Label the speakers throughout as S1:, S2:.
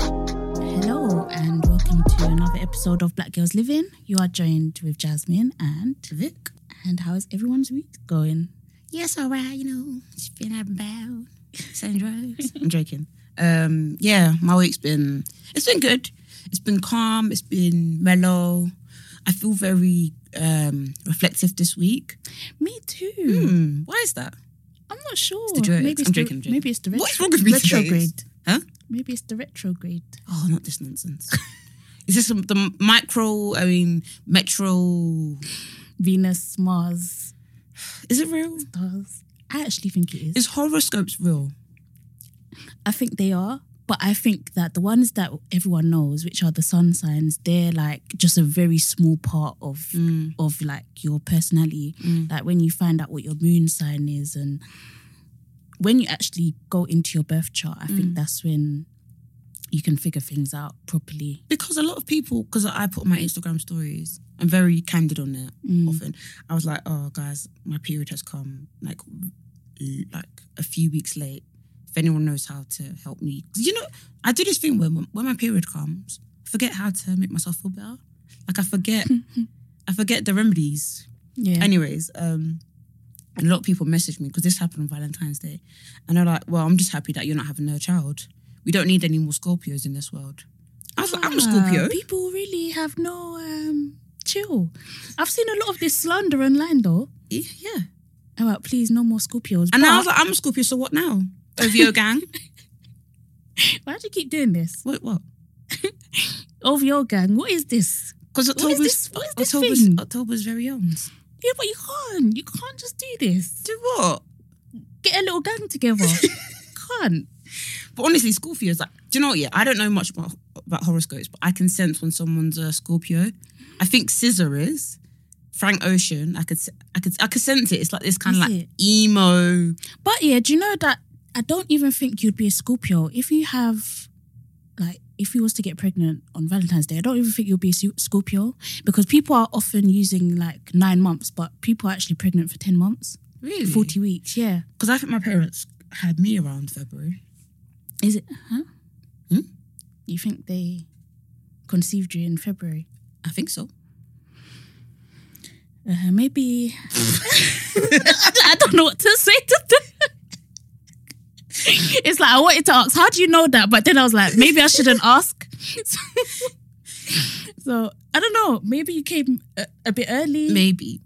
S1: Hello, and welcome to another episode of Black Girls Living. You are joined with Jasmine and Vic. And how is everyone's week going?
S2: Yes, all right, you know, just been out and about, selling drugs.
S1: I'm joking.
S2: um, yeah, my week's been, it's been good. It's been calm, it's been mellow. I feel very um, reflective this week.
S1: Me too.
S2: Hmm, why is that?
S1: I'm not sure.
S2: the drugs.
S1: Maybe it's
S2: I'm
S1: the,
S2: joking, I'm joking.
S1: Maybe it's the retro-
S2: What's wrong with me today?
S1: retrograde.
S2: Huh?
S1: Maybe it's the retrograde.
S2: Oh, not this nonsense. Is this some- the micro, I mean, metro?
S1: Venus, Mars,
S2: Is it real?
S1: stars. I actually think it is.
S2: Is horoscopes real?
S1: I think they are. But I think that the ones that everyone knows, which are the sun signs, they're like just a very small part of
S2: Hmm.
S1: of like your personality. Like when you find out what your moon sign is, and when you actually go into your birth chart, I think that's when you can figure things out properly.
S2: because a lot of people, because I put my Instagram stories, I'm very candid on it
S1: Mm.
S2: often. I was like, oh, guys, my period has come like l- like a few weeks late. If anyone knows how to help me, 'Cause you know, I do this thing when when my period comes, I forget how to make myself feel better. Like I forget, I forget the remedies.
S1: Yeah,
S2: Anyways, um, and a lot of people message me because this happened on Valentine's Day, and they're like, "Well, I'm just happy that you're not having a child. We don't need any more Scorpios in this world." I was like, "I'm a Scorpio."
S1: Ah, People really have no um, chill. I've seen a lot of this slander online though.
S2: Yeah.
S1: Oh, like, please, no more Scorpios.
S2: And I was
S1: But-
S2: like, I'm a Scorpio, so what now? OVO gang?
S1: why do you keep doing this?
S2: Wait, what?
S1: Of your gang, what is this?
S2: Because
S1: is
S2: October's,
S1: this- what is this
S2: October's,
S1: thing?
S2: October's very own.
S1: Yeah, but you can't. You can't just do this.
S2: Do what?
S1: Get a little gang together. can't.
S2: But honestly, Scorpios, like, do you know what? Yeah, I don't know much about, about horoscopes, but I can sense when someone's a Scorpio. I think Scissor is. Frank Ocean, I could, se- I could, I could sense it. It's like this kind
S1: Is
S2: of like
S1: it?
S2: emo.
S1: But yeah, do you know that I don't even think you'd be a Scorpio if you have, like, if you was to get pregnant on Valentine's Day. I don't even think you'll be a Su- Scorpio because people are often using like nine months, but people are actually pregnant for ten months,
S2: Really?
S1: forty weeks. Yeah,
S2: Because I think my parents had me around February.
S1: is it? Huh?
S2: Hmm?
S1: You think they conceived you in February?
S2: I think so.
S1: Uh, maybe I don't- I don't know what to say to that. It's like I wanted to ask, how do you know that? But then I was like, maybe I shouldn't ask. So, so, I don't know. Maybe you came a, a bit early.
S2: Maybe.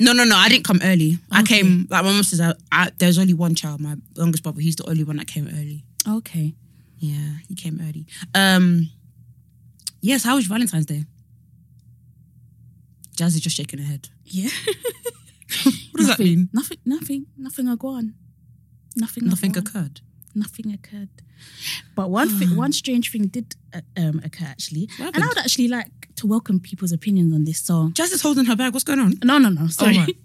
S2: No, no, no. I didn't come early. I
S1: Okay.
S2: came like my mum says. I, I, there's only one child, my youngest brother. He's the only one that came early.
S1: Okay.
S2: Yeah, he came early. Um, yes. How was Valentine's Day? Jazz is just shaking her head.
S1: Yeah.
S2: What
S1: nothing,
S2: does that mean?
S1: Nothing. Nothing. Nothing. I go on. Nothing. I
S2: Nothing
S1: go on.
S2: occurred.
S1: nothing occurred. But one thing, one strange thing did uh, um, occur actually,
S2: What
S1: and I
S2: happened?
S1: would actually like to welcome people's opinions on this. So
S2: Jazz is holding her bag. What's going on?
S1: No, no, no. Sorry.
S2: right.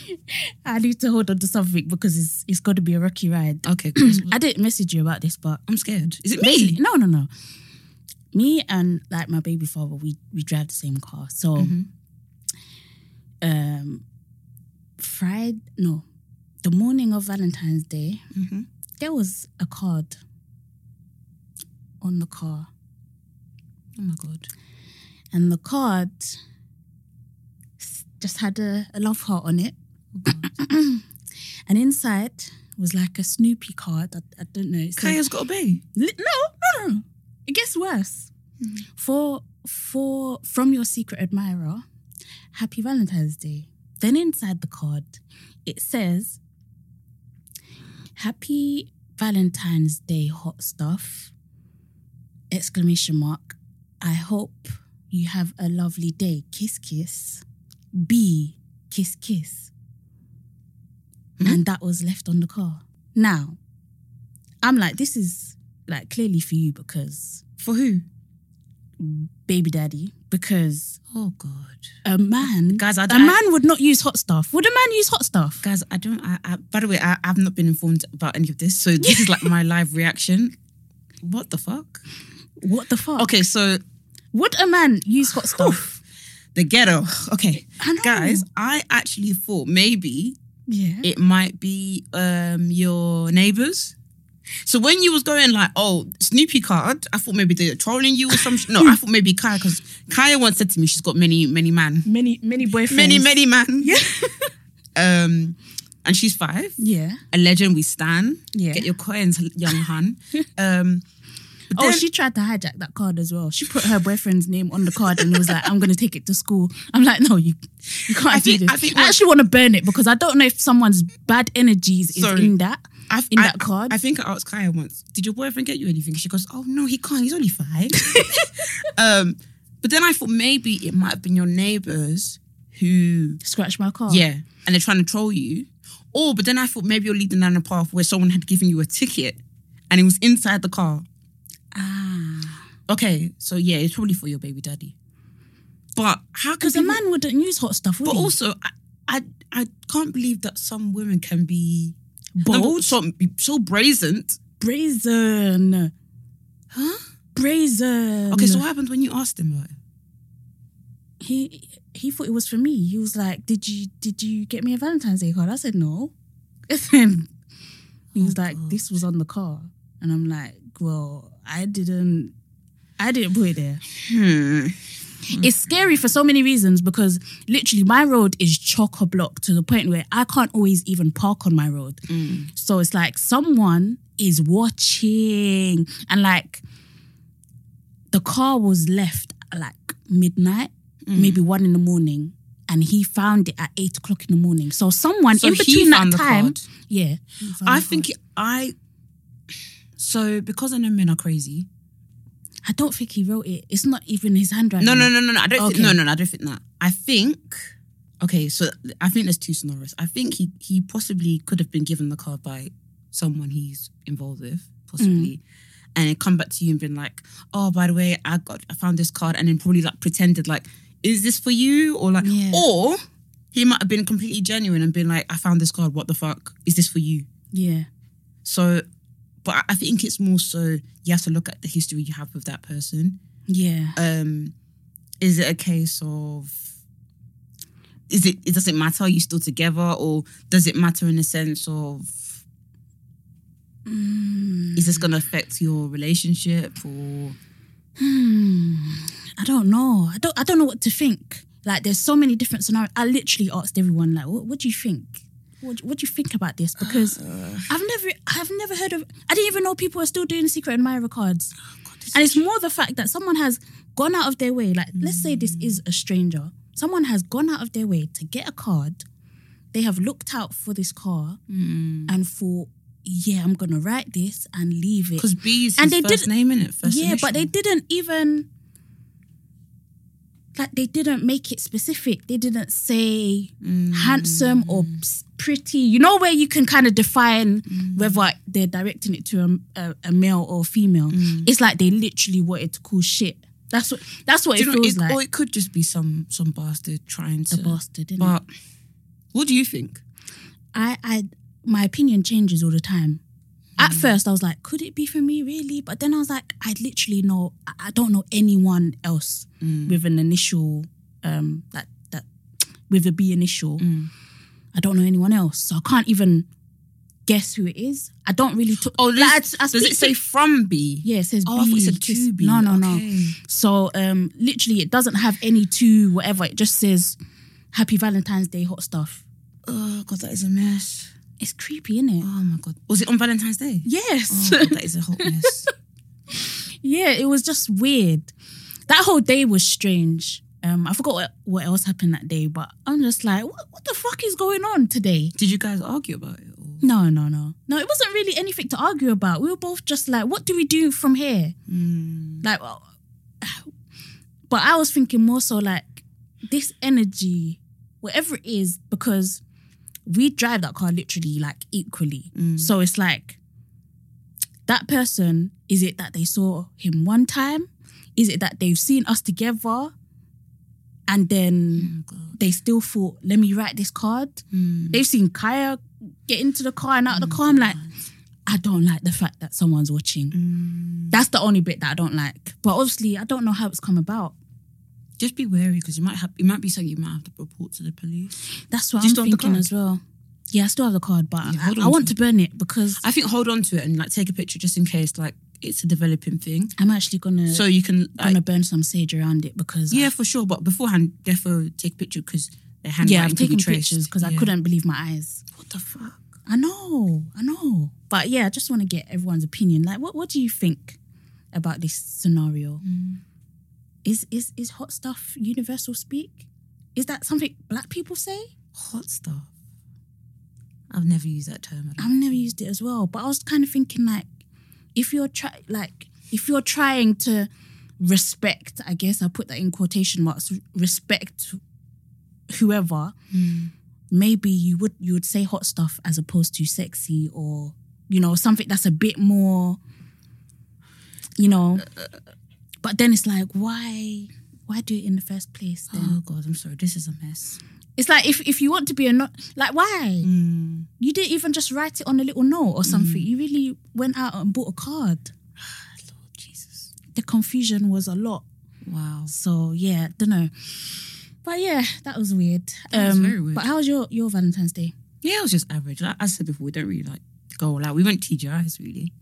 S1: I need to hold on to something because it's it's got to be a rocky ride.
S2: Okay, cool.
S1: I didn't message you about this, but
S2: I'm scared. Is it
S1: basically,
S2: me?
S1: no, no, no. Me and like my baby father, we we drive the same car. So,
S2: Oh. Mm-hmm.
S1: um, Friday, no, the morning of Valentine's Day,
S2: Mm-hmm.
S1: there was a card on the car,
S2: Oh my god.
S1: and the card s- just had a, a love heart on it.
S2: Oh God.
S1: And inside was like a Snoopy card. I, I don't know. It's like,
S2: Kaya's got a bay.
S1: li- no, no, no. It gets worse. For for from your secret admirer, happy Valentine's Day. Then inside the card, it says, "Happy Valentine's Day, hot stuff!" Exclamation mark. I hope you have a lovely day. Kiss, kiss. B, kiss, kiss.
S2: Hmm?
S1: And that was left on the car. Now, I'm like, this is like clearly for you because
S2: For who?
S1: baby daddy, because
S2: Oh god.
S1: a man,
S2: Guys, I-
S1: a
S2: I-
S1: man would not use hot stuff. Would a man use hot stuff?
S2: Guys, I don't. I, I by the way, I, I've not been informed about any of this, so this is like my live reaction. What the fuck?
S1: What the fuck?
S2: Okay, so
S1: Would a man use hot stuff?
S2: the ghetto. Okay,
S1: I know.
S2: guys, I actually thought maybe
S1: Yeah.
S2: It might be um your neighbors. So when you was going like, oh, Snoopy card, I thought maybe they're trolling you or some. sh- no, I thought maybe Kaya because Kaya once said to me she's got many, many man,
S1: many many boyfriends.
S2: many, many man. Yeah. um, and she's five.
S1: Yeah.
S2: A legend we stan.
S1: Yeah.
S2: Get your coins, young hun. Um, but
S1: Oh,
S2: then-
S1: she tried to hijack that card as well. She put her boyfriend's name on the card and was like, "I'm going to take it to school." I'm like, "No, you, you can't
S2: I
S1: do
S2: think-
S1: this."
S2: I
S1: I,
S2: think-
S1: actually want to burn it because I don't know if someone's bad energies is
S2: Sorry.
S1: in that.
S2: I,
S1: in
S2: I-
S1: that card.
S2: I think I asked Kaya once, did your boyfriend get you anything? She goes, oh no, he can't. He's only five. um, but then I thought maybe it might have been your neighbors who,
S1: Scratch my card.
S2: yeah, and they're trying to troll you. Or, but then I thought maybe you're leading down a path where someone had given you a ticket and it was inside the car.
S1: Ah.
S2: Okay, so yeah, it's probably for your baby daddy. But how could
S1: Because a
S2: people-
S1: man wouldn't use hot stuff, would
S2: But
S1: he?
S2: also, I, I I can't believe that some women can be
S1: Bold?
S2: so, so brazen.
S1: brazen,
S2: Huh?
S1: brazen.
S2: Okay, so what happens when you ask them about it?
S1: he he thought it was for me. He was like, "Did you did you get me a Valentine's Day card?" I said no. And then he was
S2: Oh,
S1: like,
S2: God.
S1: "This was on the car," and I'm like, "Well, I didn't." I didn't put it there.
S2: Hmm.
S1: It's scary for so many reasons because literally my road is chock a block to the point where I can't always even park on my road.
S2: hmm.
S1: So it's like someone is watching and like the car was left at like midnight,
S2: Mm.
S1: maybe one in the morning, and he found it at eight o'clock in the morning. So someone
S2: So
S1: in
S2: he
S1: between that
S2: found the
S1: time,
S2: card.
S1: yeah,
S2: I think I. So because I know men are crazy.
S1: I don't think he wrote it. It's not even his handwriting.
S2: No, no, no, no, no. I don't. Think, no,
S1: Um, Okay.
S2: no, no. I don't think that. I think. Okay, so I think there's two scenarios. I think he he possibly could have been given the card by someone he's involved with,
S1: Mm.
S2: possibly, and it come back to you and been like, "Oh, by the way, I got I found this card," and then probably like pretended like, "Is this for you?" or like,
S1: Yeah.
S2: or he might have been completely genuine and been like, "I found this card. What the fuck is this for you?"
S1: Yeah,
S2: So, but I- I think it's more so you have to look at the history you have with that person.
S1: yeah.
S2: Um, is it a case of is it it doesn't matter? Are you still together, or does it matter in the sense of
S1: Mm.
S2: is this going to affect your relationship? Or
S1: Hmm. I don't know. I don't. I don't know what to think. Like, there's so many different scenarios. I literally asked everyone, like, what, what do you think? What, what do you think about this? Because I've never, I've never heard of. I didn't even know people are still doing secret admirer cards. and it's more the fact that someone has gone out of their way. Like, let's say this is a stranger. Someone has gone out of their way to get a card. They have looked out for this car and for yeah, I'm gonna write this and leave it.
S2: because B is his
S1: And they
S2: first
S1: didn't-
S2: name in it. First
S1: Yeah, but they
S2: initial.
S1: didn't even like they didn't make it specific. They didn't say
S2: Mm.
S1: handsome or
S2: Hmm.
S1: s- pretty. You know where you can kind of define
S2: Mm.
S1: whether they're directing it to a, a, a male or female.
S2: Hmm. Mm.
S1: It's like they literally wanted to call shit. That's what that's what
S2: Do
S1: it
S2: you know,
S1: feels
S2: it- or
S1: like.
S2: it could just be some some bastard trying to.
S1: The bastard, innit?
S2: but what do you think?
S1: I, I, my opinion changes all the time. At
S2: Hmm.
S1: first, I was like, could it be for me, really? But then I was like, I literally know, I- I don't know anyone else with an initial, um, that that with a B initial.
S2: Mm.
S1: I don't know anyone else, so I can't even guess who it is. I don't really. T-
S2: Oh,
S1: like, I-
S2: does,
S1: I
S2: does
S1: speak
S2: it
S1: to-
S2: say from B?
S1: Yeah, it says
S2: Oh, I
S1: B.
S2: thought it said
S1: It says-
S2: to B.
S1: No, no, no.
S2: Okay.
S1: So, um, literally, it doesn't have any two whatever. It just says, "Happy Valentine's Day, hot stuff."
S2: Oh god, that is a mess.
S1: It's creepy, isn't it?
S2: Oh my god, was it on Valentine's Day?
S1: Yes.
S2: Oh, God, that is a hot mess.
S1: Yeah, it was just weird. That whole day was strange. Um, I forgot what, what else happened that day, but I'm just like, what, what the fuck is going on today?
S2: Did you guys argue about it? Or?
S1: No, no, no. No, it wasn't really anything to argue about. We were both just like, what do we do from here? Like, well, but I was thinking more so like this energy, whatever it is, because we drive that car literally like equally.
S2: Mm.
S1: So it's like that person, is it that they saw him one time? Is it that they've seen us together and
S2: Oh
S1: then they still thought, let me write this card? They've seen Kaya get into the car and out
S2: Mm.
S1: of the car. I'm like, I don't like the fact that someone's watching.
S2: Mm.
S1: That's the only bit that I don't like. But obviously, I don't know how it's come about.
S2: Just be wary because you might have it might be something you might have to report to the police.
S1: That's what
S2: Do you still
S1: I'm
S2: have the
S1: thinking
S2: card?
S1: as well. Yeah, I still have the card, but
S2: Yeah,
S1: I,
S2: hold on
S1: I want
S2: to
S1: to burn it because
S2: I think hold on to it and like take a picture just in case like it's a developing thing.
S1: I'm actually gonna
S2: So you can like,
S1: gonna burn some sage around it because
S2: yeah for sure, but beforehand defo take a picture because
S1: I,
S2: their handwriting
S1: yeah, I've
S2: can
S1: taken
S2: be traced.
S1: pictures because I
S2: Yeah.
S1: couldn't believe my eyes.
S2: What the fuck?
S1: I know, I know, but yeah, I just want to get everyone's opinion. Like, what what do you think about this scenario?
S2: Mm.
S1: Is is is hot stuff universal speak? Is that something black people say?
S2: Hot stuff. I've never used that term. I don't-
S1: I've never used it as well, but I was kind of thinking like, if you're try like if you're trying to respect, I guess I put that in quotation marks, respect whoever, maybe you would you would say hot stuff as opposed to sexy or you know something that's a bit more, you know. But then it's like, why why do it in the first place? Then
S2: Oh god, I'm sorry. This is a mess.
S1: it's like if if you want to be a not like why
S2: Mm,
S1: you didn't even just write it on a little note or something. You really went out and bought a card.
S2: Ah, Lord Jesus.
S1: The confusion was a lot.
S2: Wow.
S1: So yeah, don't know. But yeah, that was weird. Um,
S2: That was very weird.
S1: But how was your your Valentine's Day?
S2: Yeah, it was just average. Like I said before, we don't really like go all out. We went TGI's really,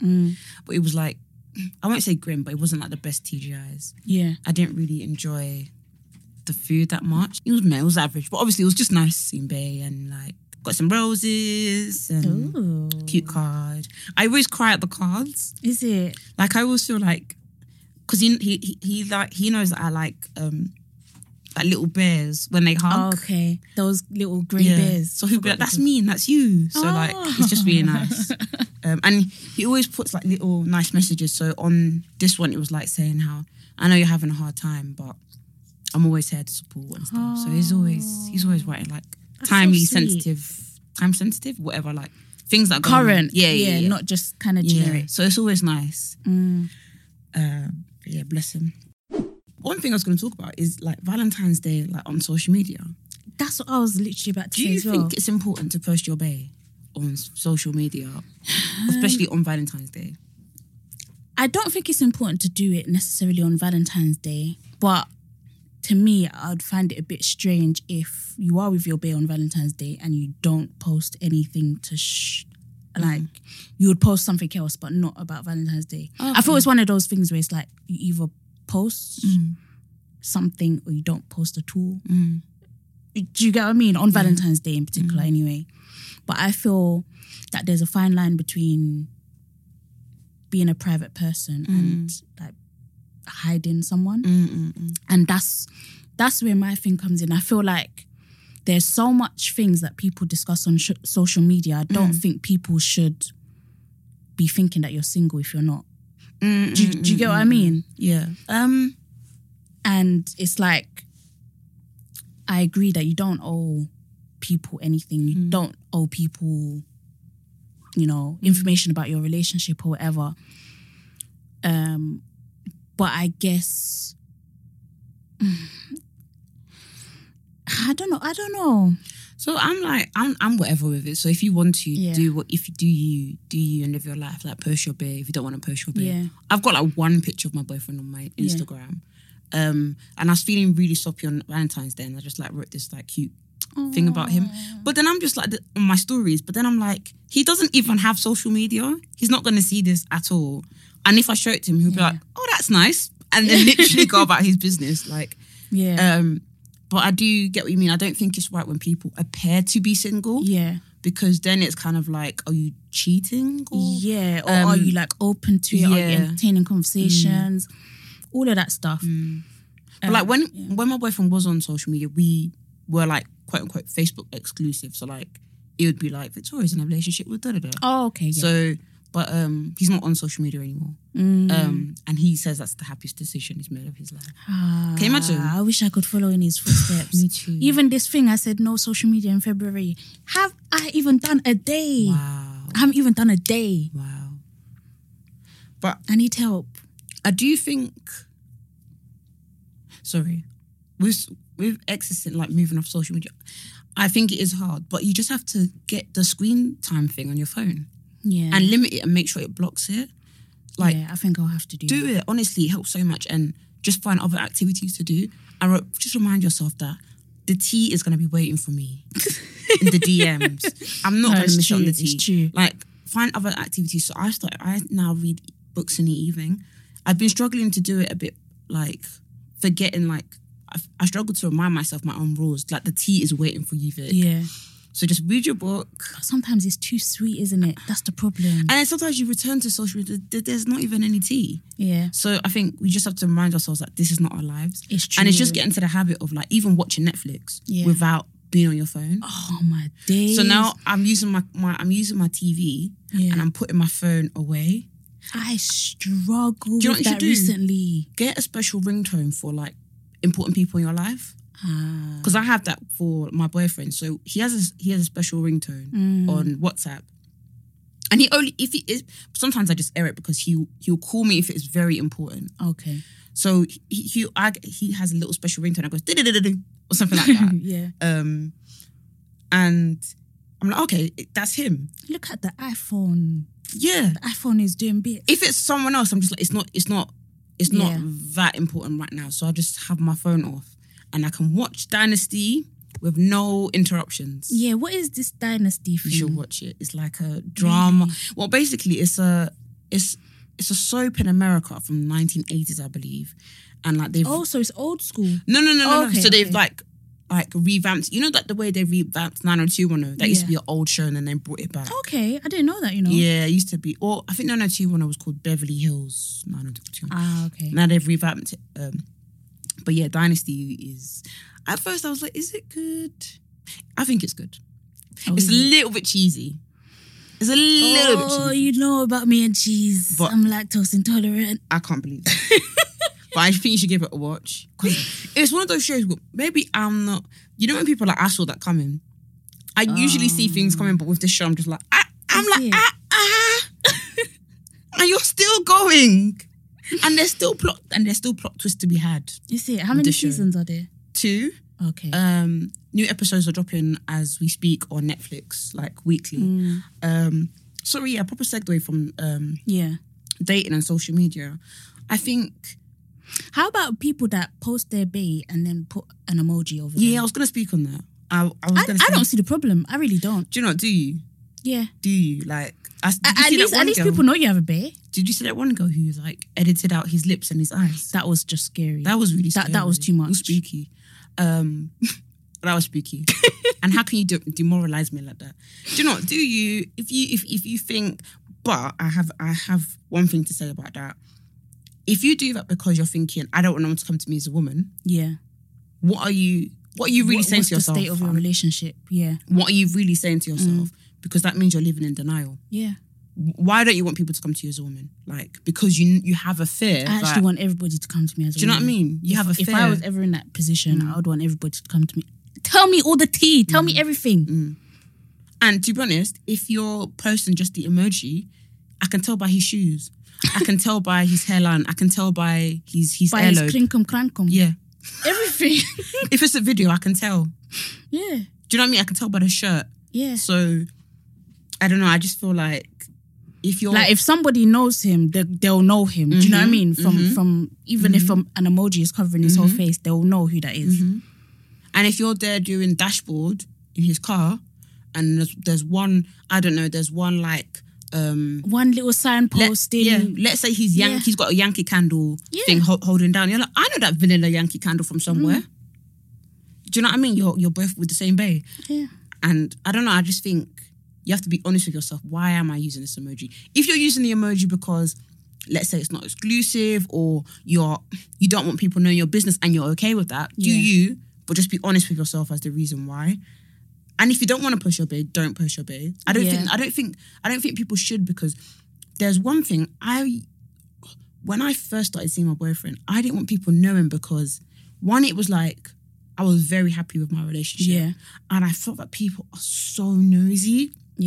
S2: but it was like I won't say grim, but it wasn't like the best TGI's.
S1: Yeah,
S2: I didn't really enjoy the food that much. It was meh, it was average, but obviously it was just nice seeing Bay and like got some roses and
S1: Ooh.
S2: cute card. I always cry at the cards.
S1: is it?
S2: Like I always feel like because he, he he he like he knows that I like um like little bears when they
S1: Oh,
S2: hug.
S1: okay, those little grey bears.
S2: So he'll be
S1: Forgot
S2: like, that's
S1: the-
S2: me and that's you. So like
S1: Oh.
S2: it's just really nice. Um, and he always puts like little nice messages. So on this one it was like saying how I know you're having a hard time, but I'm always here to support and stuff. So he's always he's always writing like
S1: Ah. That's so
S2: timely,
S1: sweet.
S2: sensitive time sensitive, whatever, like things that go on.
S1: current.
S2: Yeah, yeah, yeah.
S1: not just kind of
S2: Yeah.
S1: generic.
S2: So it's always nice.
S1: Mm.
S2: Um, but yeah, bless him. One thing I was going to talk about is like Valentine's Day, like on social media.
S1: That's what I was literally about to
S2: Do
S1: say
S2: you
S1: as well.
S2: think it's important to post your bae on s- social media, especially on Valentine's Day?
S1: I don't think it's important to do it necessarily on Valentine's Day, but to me, I'd find it a bit strange if you are with your bae on Valentine's Day and you don't post anything to sh- like you would post something else, but not about Valentine's Day. I feel it's one of those things where it's like you either post something or you don't post at all. Do you get what I mean? On Valentine's Day in particular, anyway. But I feel that there's a fine line between being a private person and like hiding someone and that's that's where my thing comes in i feel like there's so much things that people discuss on sh- social media i don't think people should be thinking that you're single if you're not do, you- do you get what i mean
S2: Yeah. Um.
S1: and it's like i agree that you don't owe people anything
S2: Mm.
S1: you don't owe people you know information about your relationship or whatever um but i guess i don't know i don't know
S2: So I'm like, I'm I'm whatever with it. So if you want to
S1: Yeah.
S2: do what, if you do you do you and live your life, like post your bae. If you don't want to post your bae,
S1: Yeah.
S2: I've got like one picture of my boyfriend on my
S1: Yeah.
S2: Instagram. Um, and I was feeling really soppy on Valentine's Day, and I just like wrote this like cute thing about him.
S1: Mm.
S2: But then I'm just like th- on my stories. But then I'm like, he doesn't even have social media. He's not going to see this at all. And if I show it to him, he'll be like, "Oh, that's nice," and then literally go about his business. Like,
S1: yeah
S2: um, but I do get what you mean. I don't think it's right when people appear to be single
S1: yeah
S2: because then it's kind of like, are you cheating? Or
S1: yeah or are you like open to it are you
S2: oh. Um, yeah.
S1: entertaining conversations all of that stuff
S2: Mm. But like when when my boyfriend was on social media, we were like quote unquote Facebook exclusive. So like it would be like Victoria's in a relationship with da da da.
S1: oh okay yeah.
S2: So, but um, he's not on social media anymore.
S1: Mm.
S2: Um, and he says that's the happiest decision he's made of his life.
S1: Ah,
S2: Can you imagine?
S1: I wish I could follow in his footsteps.
S2: Me too.
S1: Even this thing, I said no social media in February. Have I even done a day?
S2: Wow,
S1: I haven't even done a day.
S2: wow. But
S1: I need help.
S2: I do think, sorry, with with exiting like moving off social media, I think it is hard. But you just have to get the screen time thing on your phone
S1: Yeah.
S2: and limit it and make sure it blocks it. like,
S1: yeah, I think I'll have to do,
S2: do it. Honestly, it helps so much. And just find other activities to do. And re- just remind yourself that the tea is going to be waiting for me. in the DMs. I'm not
S1: No,
S2: gonna
S1: it's
S2: miss out on
S1: true,
S2: the
S1: it's
S2: tea.
S1: true.
S2: Like find other activities. So I start. I now read books in the evening. I've been struggling to do it a bit, like forgetting. Like I, I struggle to remind myself my own rules. Like the tea is waiting for you, Vic.
S1: Yeah.
S2: So just read your book.
S1: But sometimes it's too sweet, isn't it? That's the problem.
S2: And then sometimes you return to social media, th- there's not even any tea.
S1: Yeah.
S2: So I think we just have to remind ourselves that this is not our lives.
S1: It's
S2: And it's just
S1: true.
S2: getting to the habit of like even watching Netflix
S1: Yeah.
S2: without being on your phone.
S1: Oh my days.
S2: So now I'm using my, my I'm using my TV
S1: Yeah.
S2: and I'm putting my phone away.
S1: I struggle
S2: Do you know
S1: with
S2: what you should
S1: that
S2: do?
S1: recently.
S2: Get a special ringtone for like important people in your life.
S1: Ah.
S2: Because I have that for my boyfriend. So he has a, he has a special ringtone
S1: Mm, Mm-hmm.
S2: on WhatsApp. And he only if he is sometimes I just air it because he he'll call me if it's very important.
S1: Okay.
S2: So he he, I, he has a little special ringtone. I goes "Du-du-du-du-du," or something like that.
S1: yeah.
S2: um, and I'm like, okay, that's him.
S1: Look at the iPhone.
S2: Yeah.
S1: The iPhone is doing bits.
S2: If it's someone else, I'm just like, it's not, it's not, it's not
S1: Yeah.
S2: that important right now. So I just have my phone off, and I can watch Dynasty with no interruptions.
S1: yeah. Mm-hmm. What is this dynasty thing?
S2: You should watch it. It's like a drama. Well, basically, it's a it's it's a soap in America from the 1980s, I believe, and like they've
S1: Oh, so it's old school.
S2: No, no, no, no. no.
S1: Okay,
S2: So they've
S1: okay.
S2: like like revamped. You know that the way they revamped 90210. That used to be
S1: Yeah.
S2: an old show, and then they brought it back.
S1: Okay, I didn't know that. You know.
S2: Yeah, it used to be. Or I think 90210 was called Beverly Hills 90210.
S1: Ah, okay.
S2: now they've revamped it. Um, but yeah, Dynasty is. At first, I was like, is it good? I think it's good.
S1: Oh,
S2: it's a
S1: yeah.
S2: little bit cheesy. It's a
S1: Oh,
S2: little bit cheesy.
S1: you know about me and cheese.
S2: But-
S1: I'm lactose intolerant.
S2: I can't believe that. but I think you should give it a watch. 'Cause it's one of those shows where maybe I'm not. You know when people are like, I saw that coming. I usually see things coming, but with this show, I'm just like, ah, I'm
S1: Is
S2: like,
S1: it?
S2: ah, ah. and you're still going. And there's still plot and there's still plot twists to be had.
S1: You see, how many
S2: The show.
S1: seasons are there?
S2: Two,
S1: Okay.
S2: um, new episodes are dropping as we speak on Netflix, like weekly. Um, sorry, yeah, proper segue from um,
S1: yeah.
S2: dating and social media. I think
S1: How about people that post their bay and then put an emoji over?
S2: Yeah, I
S1: them?
S2: was gonna speak on that. I, I was
S1: I,
S2: gonna.
S1: I
S2: speak-
S1: don't see the problem. I really don't.
S2: Do you know? Do you?
S1: Yeah.
S2: Do you like? I, did
S1: At,
S2: you
S1: at
S2: see that
S1: least,
S2: one
S1: at least
S2: girl-
S1: people know you have a bay.
S2: Did you see that one girl who like edited out his lips and his eyes?
S1: That was just scary.
S2: That was really
S1: That- that was
S2: scary.
S1: too much.
S2: It was spooky. Um, that was spooky. and how can you de- demoralize me like that? Do you know? what? Do you? If you if if you think, but I have I have one thing to say about that. If you do that because you're thinking, I don't want them to come to me as a woman.
S1: yeah.
S2: What are you? What are you really
S1: What-
S2: saying
S1: what's
S2: to yourself? um,
S1: the state of your
S2: fam?
S1: relationship? Yeah.
S2: what are you really saying
S1: Mm.
S2: to yourself? Because that means you're living in denial.
S1: Yeah.
S2: W- Why don't you want people to come to you as a woman? Like because you you have a fear.
S1: I
S2: that-
S1: actually want everybody to come to me as
S2: do you know what I mean? You have a Mm.
S1: If
S2: fear.
S1: I was ever in that position, I would want everybody to come to me. Tell me all the tea. Tell
S2: Mm.
S1: me everything.
S2: and to be honest, if you're posting just the emoji, I can tell by his shoes. I can tell by his hairline. I can tell by his his
S1: By his
S2: earlobe.
S1: crinkum crankum.
S2: yeah.
S1: Everything.
S2: If it's a video, I can tell. Do
S1: yeah.
S2: you know what I mean? I can tell by the shirt.
S1: Yeah.
S2: So I don't know. I just feel like if you're
S1: Like if somebody knows him, they, they'll know him. Do you know what I
S2: Mm-hmm.
S1: mean? From from even if um, an emoji is covering his whole face, they'll know who that is.
S2: Mm-hmm. And if you're there doing dashboard in his car, and there's, there's one, I don't know, there's one like, um,
S1: One little
S2: let,
S1: signpost
S2: yeah,
S1: in.
S2: let's say he's Yankee,
S1: Yeah.
S2: he's got a Yankee candle
S1: Yeah.
S2: thing ho- holding down. You're like, I know that vanilla Yankee candle from somewhere.
S1: Mm-hmm.
S2: Do you know what I mean? You're you're both with the same bay,
S1: Yeah.
S2: and I don't know. I just think you have to be honest with yourself. Why am I using this emoji? If you're using the emoji because let's say it's not exclusive or you're you don't want people knowing your business and you're okay with that do
S1: Yeah.
S2: you but just be honest with yourself as the reason why and if you don't want to push your babe don't push your babe i don't
S1: Yeah.
S2: think i don't think i don't think people should because there's one thing i when i first started seeing my boyfriend i didn't want people knowing because one it was like i was very happy with my relationship
S1: Yeah.
S2: and i felt that people are so nosy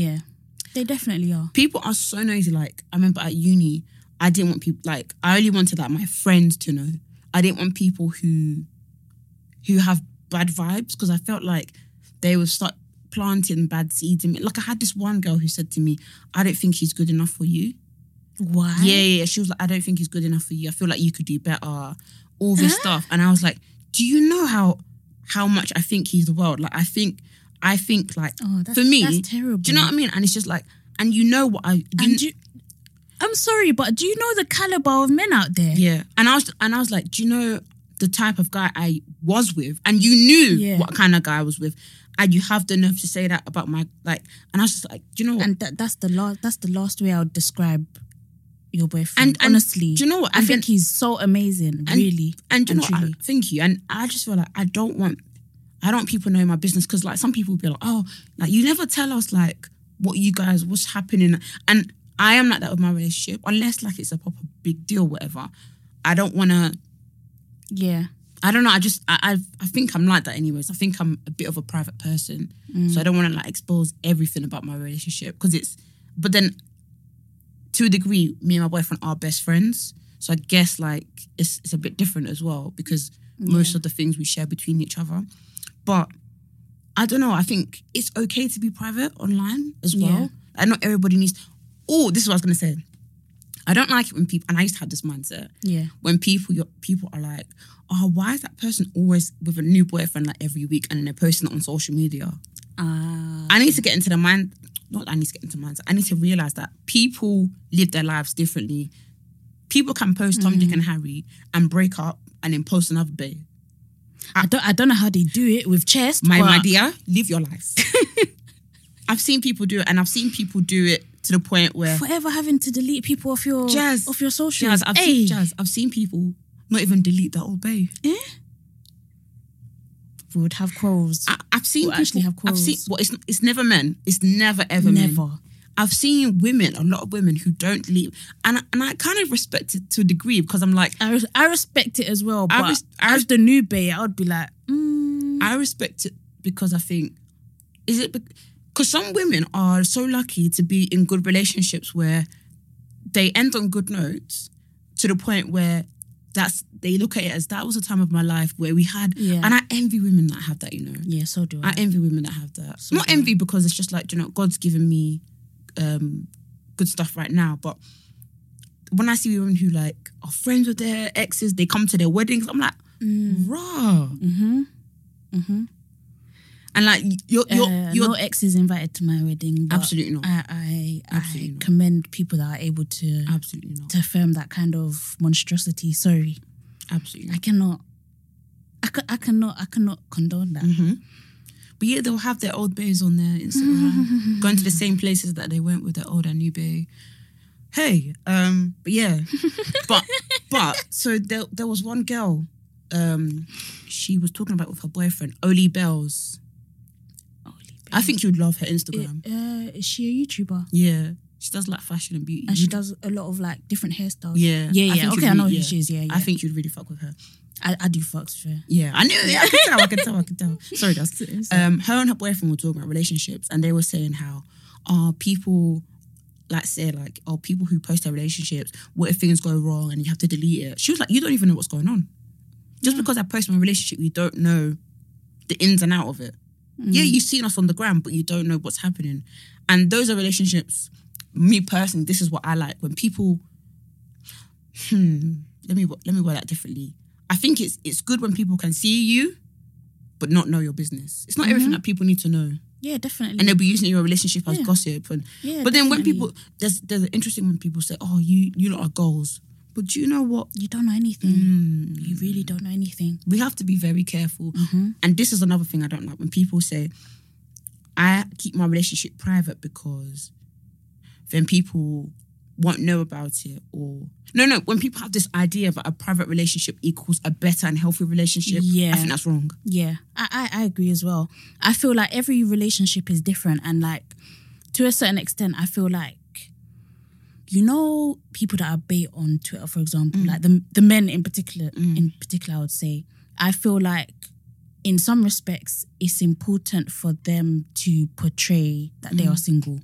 S1: Yeah. They definitely are.
S2: people are so nosy. Like I remember at uni, I didn't want people like I only wanted like my friends to know. I didn't want people who who have bad vibes because I felt like they would start planting bad seeds in me. Like I had this one girl who said to me, "I don't think he's good enough for you."
S1: Why?
S2: Yeah, yeah. yeah. She was like, "I don't think he's good enough for you. I feel like you could do better." All this stuff, and I was like, "Do you know how how much I think he's the world? Like I think." I think like
S1: Oh, that's
S2: for me,
S1: That's terrible.
S2: do you know what I mean? And it's just like, and you know what I, you,
S1: Mm. And do you, I'm sorry, but do you know the caliber of men out there?
S2: yeah. And I was, and I was like, do you know the type of guy I was with? And you knew
S1: Yeah.
S2: what kind of guy I was with, and you have the nerve to say that about my like. And I was just like, do you know what?
S1: And that, that's the last. That's the last way I would describe your boyfriend.
S2: And- and
S1: honestly,
S2: do you know what?
S1: I
S2: And
S1: think
S2: then-
S1: he's so amazing.
S2: And-
S1: really,
S2: and do
S1: and
S2: you know what?
S1: truly.
S2: I, thank you. And I just feel like I don't want, I don't want people knowing my business because like some people be like, oh, like you never tell us like what you guys what's happening. And I am like that with my relationship unless like it's a proper big deal, whatever. I don't want to.
S1: yeah.
S2: I don't know. I just I I've, I think I'm like that anyways. I think I'm a bit of a private person, so I don't want to like expose everything about my relationship because it's. But then, to a degree, me and my boyfriend are best friends, so I guess like it's it's a bit different as well because most of the things we share between each other. But I don't know. I think it's okay to be private online as well.
S1: Yeah.
S2: And not everybody needs. Oh, this is what I was gonna say. I don't like it when people, and I used to have this mindset
S1: Yeah.
S2: when people your people are like, oh, why is that person always with a new boyfriend like every week and then they're posting it on social media?
S1: Ah.
S2: I need to get into the mind. Not I need to get into mind. I need to realize that people live their lives differently. People can post Tom,
S1: Mm.
S2: Dick, and Harry and break up and then post another babe.
S1: I don't. I don't know how they do it with chest.
S2: My,
S1: but
S2: my dear, live your life. I've seen people do it, and I've seen people do it to the point where
S1: Forever having to delete people off your
S2: Jazz.
S1: off your socials.
S2: Jazz, I've
S1: Hey.
S2: seen, Jazz, I've seen people not even delete that old babe.
S1: We would have quarrels.
S2: I, I've seen
S1: Who
S2: people.
S1: actually have
S2: I've seen.
S1: quarrels.
S2: Well, it's it's never men. It's never ever men.
S1: Never.
S2: I've seen women, a lot of women who don't leave, and I- and I kind of respect it to a degree because I'm like
S1: I, res- I respect it as well, but
S2: I res- I
S1: as the new bae, I would be like, mm,
S2: I respect it because I think is it because some women are so lucky to be in good relationships where they end on good notes to the point where that's they look at it as that was a time of my life where we had
S1: Yeah.
S2: and I envy women that have that you know
S1: yeah, so do I.
S2: I envy women that have that. Mm. Not envy because it's just like, do you know, God's given me um, good stuff right now. But when I see women who like are friends with their exes, they come to their weddings, I'm like, Mm. rah.
S1: Mm, mm-hmm. Mm-hmm.
S2: And like, you're, you're,
S1: Uh,
S2: you're
S1: no ex is invited to my wedding. But
S2: absolutely not.
S1: I, I,
S2: Absolutely
S1: I
S2: Um, not.
S1: commend people that are able to
S2: absolutely not.
S1: to affirm that kind of monstrosity. Sorry,
S2: Absolutely
S1: I
S2: not.
S1: cannot. I, ca- I cannot. I cannot condone that.
S2: hmm But yeah, they'll have their old bays on their Instagram, going to
S1: Mm.
S2: the same places that they went with their old and new bay. Hey, um, but yeah, but but so there there was one girl, um, she was talking about with her boyfriend Oli Bells.
S1: Holy
S2: I think you'd love her Instagram.
S1: bit. Uh, is she a YouTuber?
S2: yeah, she does like fashion and beauty.
S1: And she
S2: You'd-
S1: does a lot of like different hairstyles.
S2: yeah,
S1: yeah,
S2: I
S1: yeah.
S2: think
S1: okay,
S2: you'd
S1: I know
S2: really-
S1: who she is. Yeah, yeah.
S2: I think you'd really fuck with her.
S1: I, I do fucks with her.
S2: Yeah, I knew. it. I could tell. I could tell. I could tell. Sorry, guys. Um, her and her boyfriend were talking about relationships, and they were saying how, uh, people, like say like, oh, people who post their relationships, what if things go wrong and you have to delete it? She was like, you don't even know what's going on. Just because I post my relationship, you don't know the ins and out of it.
S1: Mm.
S2: Yeah, you've seen us on the ground, but you don't know what's happening. And those are relationships. Me personally, this is what I like when people. Hmm. Let me wo- let me word that differently. I think it's it's good when people can see you, but not know your business. It's not everything that people need to know,
S1: Yeah, definitely.
S2: and they'll be using your relationship as
S1: Mm-hmm. Yeah.
S2: gossip. And
S1: Yeah,
S2: but then when
S1: definitely.
S2: people there's there's an interesting when people say, "Oh, you you lot are goals," but do you know what? Hmm,
S1: you don't know anything.
S2: Mm.
S1: You really don't know anything.
S2: we have to be very careful. And this is another thing I don't like when people say, I keep my relationship private because then people won't know about it or no no when people have this idea that a private relationship equals a better and healthy relationship
S1: Yeah.
S2: i think that's wrong
S1: Yeah, I, I, I agree as well. I feel like every relationship is different, and like to a certain extent, I feel like you know people that are bait on Twitter, for example, like the the men in particular, in particular, I would say, I feel like in some respects, it's important for them to portray that they are single.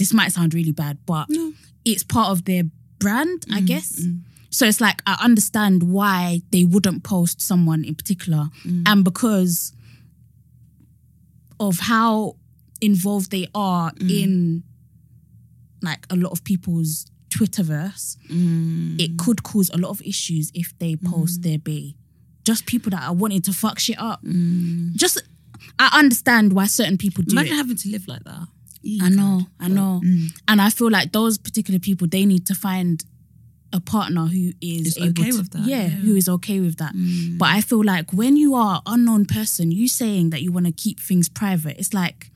S1: This might sound really bad, but
S2: No.
S1: it's part of their brand, I guess. So it's like I understand why they wouldn't post someone in particular, and because of how involved they are in like a lot of people's Twitterverse, it could cause a lot of issues if they post their bae. Just people that are wanting to fuck shit up. Just I understand why certain people do
S2: Imagine
S1: it.
S2: having to live like that.
S1: I know, I know.
S2: Mm.
S1: And I feel like those particular people, they need to find a partner who is
S2: Is
S1: able
S2: okay
S1: to-
S2: with that,
S1: Yeah,
S2: yeah. Mm.
S1: who is okay with that. But I feel like when you are unknown person, you saying that you want to keep things private, it's like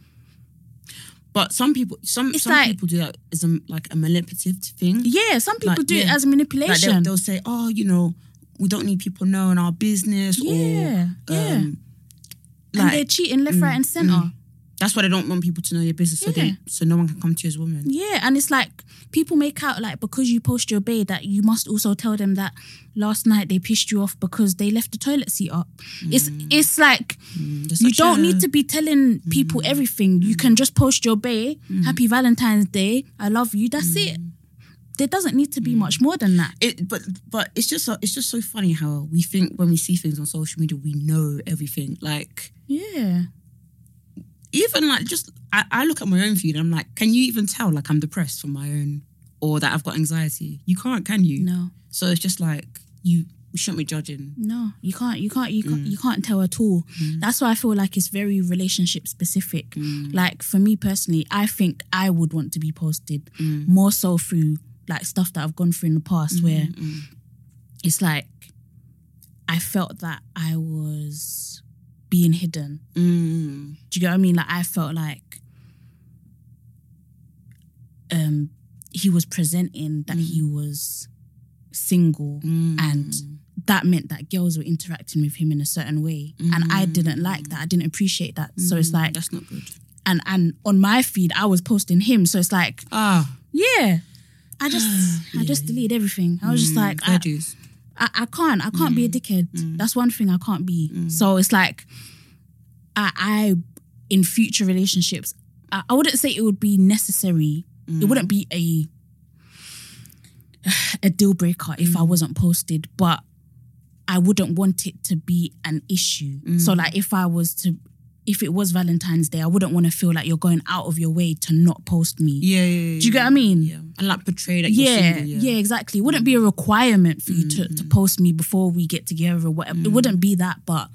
S2: But some people, some
S1: It's
S2: some
S1: like-
S2: people do that as a like a manipulative thing.
S1: yeah, some people
S2: Like,
S1: do it
S2: yeah.
S1: as
S2: Like
S1: manipulation.
S2: they'll, they'll say, "Oh, you know, we don't need people knowing our business."
S1: yeah,
S2: Or,
S1: yeah.
S2: um,
S1: and
S2: like- mm,
S1: they're cheating left, right, and center.
S2: that's why they don't want people to know your business, so
S1: Yeah.
S2: they so no one can come to you as a woman.
S1: Yeah, and it's like people make out like because you post your bae that you must also tell them that last night they pissed you off because they left the toilet seat up. It's
S2: Mm.
S1: it's like
S2: There's
S1: you
S2: such
S1: don't
S2: a- Mm.
S1: need to be telling people everything. You can just post your bae, happy Valentine's Day, I love you. That's
S2: Mm.
S1: it. There doesn't need to be much more than that.
S2: It, but but it's just so, it's just so funny how we think when we see things on social media we know everything. Like
S1: Yeah.
S2: even like just I, I look at my own feed and I'm like, can you even tell like I'm depressed from my own or that I've got anxiety? You can't, can you?
S1: No.
S2: So it's just like you you shouldn't be judging.
S1: No, you can't. You can't. You can't.
S2: Mm.
S1: You can't tell at all. That's why I feel like it's very relationship specific. Like for me personally, I think I would want to be posted
S2: mm,
S1: more so through like stuff that I've gone through in the past, where
S2: mm,
S1: it's like I felt that I was being hidden.
S2: Mm.
S1: Do you get what I mean? Like I felt like um he was presenting that he was single
S2: mm.
S1: and that meant that girls were interacting with him in a certain way and I didn't like that. I didn't appreciate that. So it's like
S2: Mm, That's not good.
S1: and and on my feed I was posting him so it's like
S2: Ah,
S1: yeah. I just I just deleted everything. I was
S2: Mm,
S1: just like I,
S2: veggies.
S1: I, I can't. I can't be
S2: Mm.
S1: a dickhead. That's one thing I can't be. So it's like, I, I in future relationships, I, I wouldn't say it would be necessary. It wouldn't
S2: Mm.
S1: be a a deal breaker if
S2: Mm.
S1: I wasn't posted, but I wouldn't want it to be an issue. So
S2: Mm.
S1: like, if I was to, if it was Valentine's Day, I wouldn't want to feel like you're going out of your way to not post me.
S2: Mm. Yeah, yeah, yeah.
S1: Do you get what I mean?
S2: Yeah, and like portray that you're
S1: yeah,
S2: single. Mm. Mm-hmm.
S1: yeah, exactly. It wouldn't be a requirement for you to, to post me before we get together or whatever. It wouldn't be that, but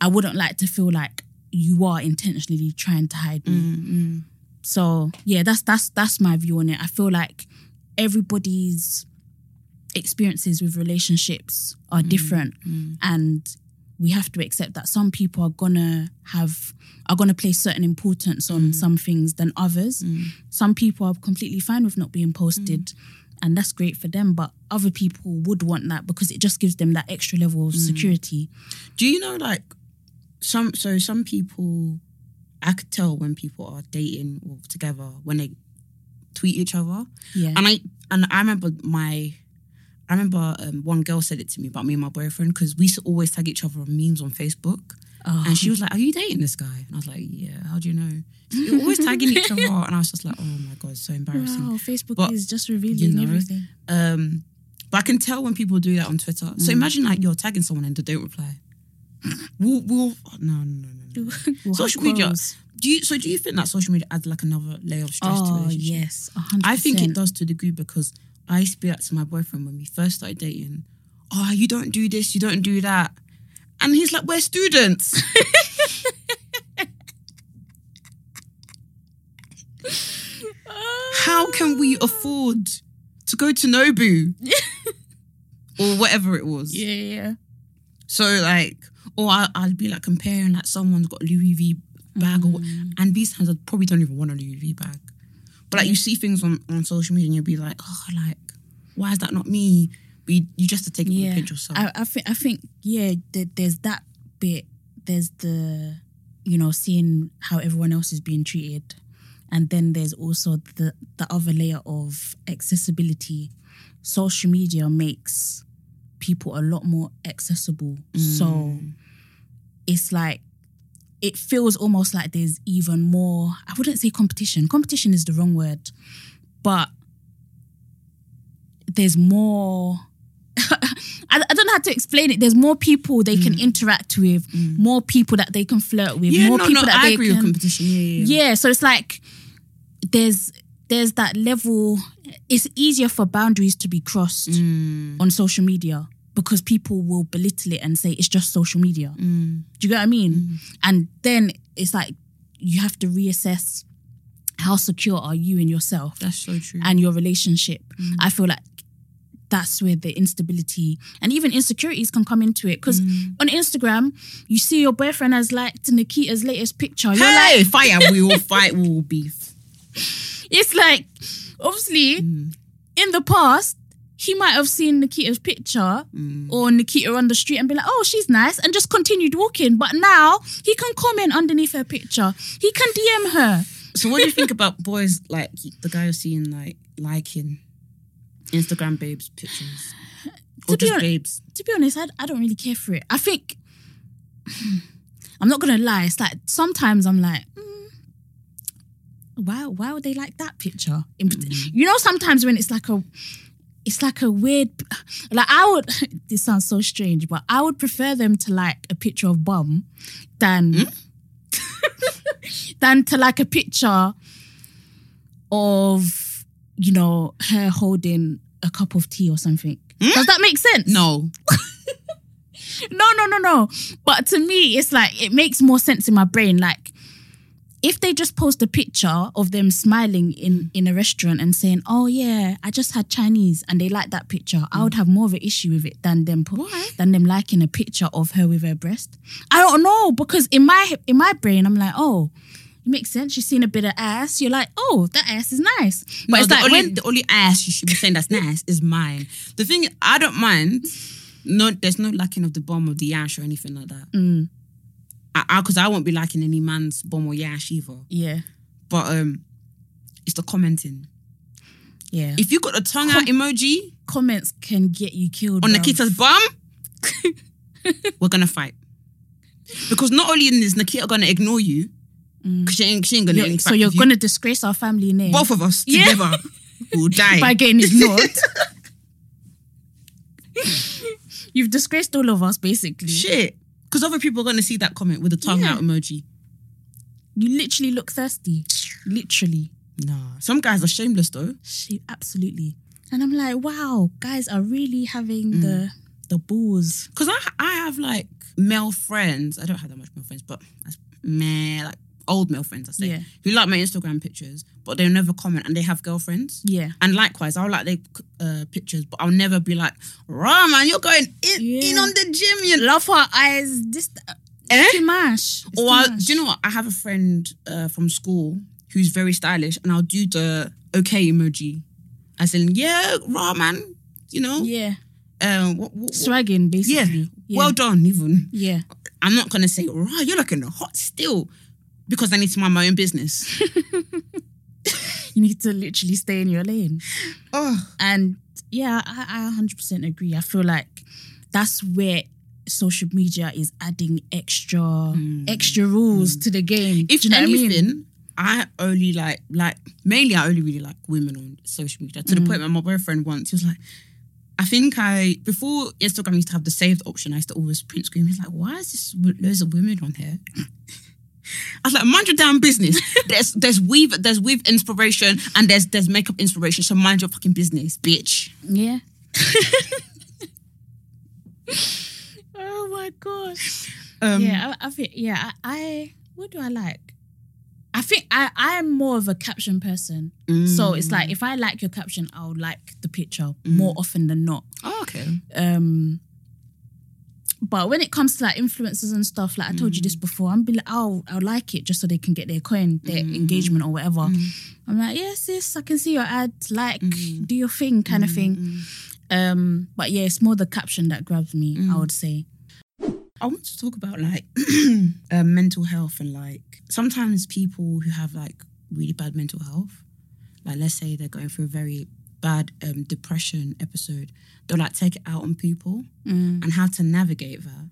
S1: I wouldn't like to feel like you are intentionally trying to hide me.
S2: Mm.
S1: So yeah, that's that's that's my view on it. I feel like everybody's experiences with relationships are
S2: Mm-hmm.
S1: different
S2: mm,
S1: and we have to accept that some people are gonna have are gonna place certain importance
S2: Mm.
S1: on some things than others. Some people are completely fine with not being posted
S2: Mm.
S1: and that's great for them, but other people would want that because it just gives them that extra level
S2: Mm.
S1: of security.
S2: Do you know like some so some people I could tell when people are dating or together when they tweet each other.
S1: Yeah.
S2: And I and I remember my I remember um, one girl said it to me about me and my boyfriend because we used to always tag each other on memes on Facebook.
S1: Oh.
S2: And she was like, "Are you dating this guy?" And I was like, "Yeah." How do you know? You're always tagging each other, and I was just like, "Oh my god, so embarrassing."
S1: Wow, Facebook
S2: But,
S1: is just revealing
S2: you know,
S1: everything.
S2: Um, but I can tell when people do that on Twitter.
S1: Mm.
S2: So imagine like you're tagging someone and they don't reply. We'll, we'll oh, no, no, no, no, no.
S1: We'll have
S2: Social media.
S1: quarrels.
S2: Do you so do you think that social media adds like another layer of stress to
S1: Oh
S2: relationships?
S1: yes, a hundred.
S2: I think it
S1: percent.
S2: does to a degree because I used to be that to my boyfriend when we first started dating. Oh, you don't do this, you don't do that. And he's like, We're students. How can we afford to go to Nobu? or whatever it was.
S1: Yeah, yeah.
S2: So like, or I, I'd be like comparing like someone's got a Louis V bag or
S1: Mm.
S2: and these times I probably don't even want a Louis V bag, but like you see things on on social media and you'll be like, oh, like why is that not me? But you, you just have to take it with
S1: yeah.
S2: a pinch of salt.
S1: I, I think I think yeah. There, there's that bit. There's the you know seeing how everyone else is being treated, and then there's also the the other layer of accessibility. Social media makes people a lot more accessible. So
S2: Mm.
S1: it's like it feels almost like there's even more. I wouldn't say competition. Competition is the wrong word, but there's more I, I don't know how to explain it. There's more people they can interact with, more people that they can flirt with,
S2: Mm. yeah,
S1: more
S2: no,
S1: people
S2: no,
S1: that
S2: I
S1: they
S2: agree with
S1: can.
S2: competition. Yeah, yeah, yeah.
S1: yeah, so it's like there's there's
S2: Mm.
S1: that level. It's easier for boundaries to be crossed on social media because people will belittle it and say it's just social media.
S2: mm,
S1: Do you get what I mean? And then it's like you have to reassess how secure are you in yourself
S2: That's so true.
S1: and your relationship. I feel like that's where the instability and even insecurities can come into it. Because
S2: Mm.
S1: on Instagram, you see your boyfriend has liked Nikita's latest picture. You're like,
S2: hey, fire! We will fight. We will beef.
S1: it's like obviously in the past. He might have seen Nikita's picture
S2: Mm.
S1: or Nikita on the street and be like, oh, she's nice, and just continued walking. But now he can comment underneath her picture. He can DM her.
S2: So, what do you think about boys like the guy you're seeing like liking Instagram babes pictures
S1: To
S2: or
S1: be
S2: just
S1: hon-
S2: babes?
S1: to be honest, I, I don't really care for it. I think I'm not gonna lie. It's like sometimes I'm like, mm, why why would they like that picture? In pat- You know, sometimes when it's like a it's like a weird like I would this sounds so strange, but I would prefer them to like a picture of bum than than to like a picture of you know her holding a cup of tea or something. Does that make sense?
S2: No,
S1: No, no, no, no. But to me, it's like it makes more sense in my brain. Like if they just post a picture of them smiling in in a restaurant and saying, "Oh yeah, I just had Chinese," and they like that picture, I would have more of an issue with it than them po- than them liking a picture of her with her breast. I don't know because in my in my brain, I'm like, oh. It makes sense. You've seen a bit of ass. You're like, oh, that ass is nice. But
S2: No,
S1: it's
S2: the
S1: like
S2: only,
S1: when
S2: the only ass you should be saying that's nice is mine. The thing I don't mind. No, there's no lacking of the bomb or the yash or anything like that.
S1: mm,
S2: I because I, won't be lacking any man's bomb or yash either.
S1: yeah,
S2: But um, it's the commenting.
S1: yeah.
S2: If you got the tongue out emoji
S1: comments can get you killed
S2: on
S1: bruv.
S2: Nikita's bum, we're gonna fight. Because not only is Nikita gonna ignore you, because she, ain't, she ain't gonna.
S1: You're-
S2: interact
S1: Mm. so you're
S2: with you.
S1: gonna disgrace our family name.
S2: both of us
S1: Yeah.
S2: together will die.
S1: by getting ignored. You've disgraced all of us, basically.
S2: Shit. Because other people are going to see that comment with the tongue
S1: Yeah.
S2: out emoji.
S1: You literally look thirsty. Literally.
S2: Nah. Some guys are shameless though.
S1: She absolutely. And I'm like, wow, guys are really having
S2: Mm.
S1: the the balls.
S2: Because I, I have like male friends. I don't have that much male friends, but that's meh, like old male friends, I say,
S1: Yeah.
S2: who like my Instagram pictures, but they'll never comment and they have girlfriends.
S1: Yeah.
S2: And likewise, I'll like their uh, pictures, but I'll never be like, rah, man, you're going in,
S1: Yeah.
S2: in on the gym. You
S1: Love her eyes. This
S2: Eh?
S1: too much. It's
S2: Or
S1: too
S2: I'll-
S1: much.
S2: do you know what? I have a friend uh, from school who's very stylish, and I'll do the okay emoji, as in yeah, raw man, you know,
S1: Yeah.
S2: um, what, what, what-
S1: Swagging,
S2: yeah,
S1: basically. Yeah.
S2: well done. Even
S1: Yeah.
S2: I'm not gonna say raw, you're looking hot still, because I need to mind my own business.
S1: You need to literally stay in your lane.
S2: oh,
S1: And yeah, I, I 100% agree. I feel like that's where social media is adding extra extra rules to the game.
S2: if
S1: Do you know
S2: anything. I
S1: what I mean?
S2: only like like mainly I only really like women on social media to the
S1: Mm.
S2: point where my boyfriend once he was like, I think I before Instagram used to have the saved option I used to always print screen. He's like, why is this w- loads of women on here? I was like, mind your damn business. There's there's weave there's weave inspiration and there's there's makeup inspiration. So mind your fucking business, bitch.
S1: Yeah. oh my gosh.
S2: Um,
S1: yeah, I, I think yeah, I, I what do I like? I think I I'm more of a caption person. So it's like if I like your caption, I'll like the picture more often than not.
S2: Oh, okay.
S1: um but when it comes to like influencers and stuff, like I told you this before, I'm be like, oh, I'll like it just so they can get their coin, their engagement or whatever. I'm like, yeah, sis, I can see your ad, like, do your thing, kind of thing. Um, but yeah, it's more the caption that grabs me, I would say.
S2: I want to talk about like uh, mental health and like sometimes people who have like really bad mental health, like let's say they're going through a very bad um, depression episode, they'll like take it out on people and how to navigate that.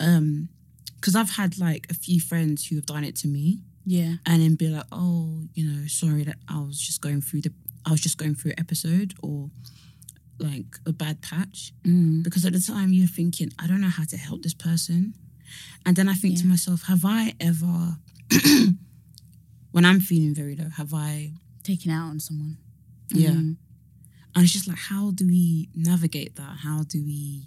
S2: Um, because I've had like a few friends who have done it to me
S1: Yeah,
S2: and then be like, oh, you know, sorry that I was just going through the, I was just going through an episode or like a bad patch. Because at the time you're thinking, I don't know how to help this person. And then I think to myself, have I ever, when I'm feeling very low, have I,
S1: taking it out on someone. Mm.
S2: yeah. And it's just like, how do we navigate that? How do we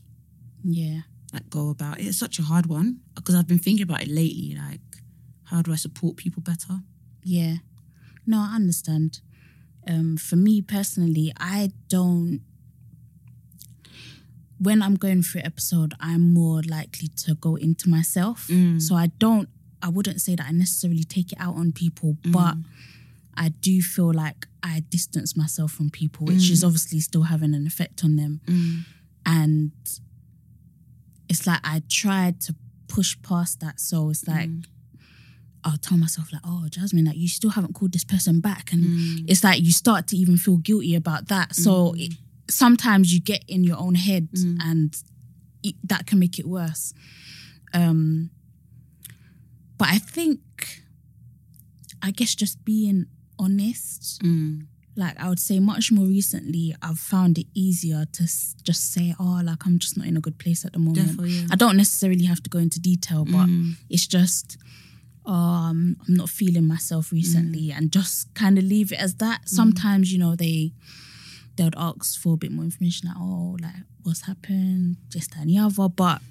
S1: Yeah.
S2: like go about it. It's such a hard one because I've been thinking about it lately. Like, how do I support people better?
S1: Yeah. No, I understand. Um, for me personally, I don't. When I'm going through episode, I'm more likely to go into myself.
S2: Mm.
S1: So I don't. I wouldn't say that I necessarily take it out on people, but I do feel like I distance myself from people, which is obviously still having an effect on them. And it's like I tried to push past that. So it's like I'll tell myself like, oh, Jasmine, like you still haven't called this person back, and it's like you start to even feel guilty about that. So it, sometimes you get in your own head, and it, that can make it worse. Um, but I think, I guess, just being honest. Like I would say, much more recently, I've found it easier to s- just say, "Oh, like I'm just not in a good place at the moment."
S2: Definitely, yeah. Mm.
S1: I don't necessarily have to go into detail, but it's just um, I'm not feeling myself recently,
S2: Mm.
S1: and just kind of leave it as that. Sometimes, you know, they they would ask for a bit more information, like, oh, like what's happened, just that and the other. But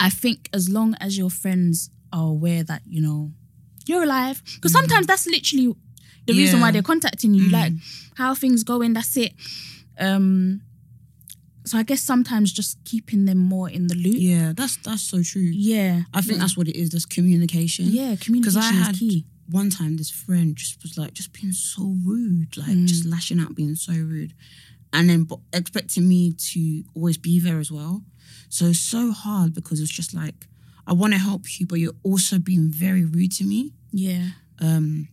S1: I think as long as your friends are aware that you know you're alive, because sometimes that's literally the reason
S2: Mm. Yeah. Mm.
S1: why they're contacting you, like how are things going. That's it. Um, so I guess sometimes just keeping them more in the loop.
S2: Yeah, that's that's so true.
S1: Yeah,
S2: I think that's what it is. That's communication.
S1: yeah, communication
S2: Mm. had-
S1: is key.
S2: One time, this friend just was like, just being so rude, like just lashing out, being so rude, and then but expecting me to always be there as well. So it's so hard because it's just like I want to help you, but you're also being very rude to me.
S1: Yeah,
S2: Um,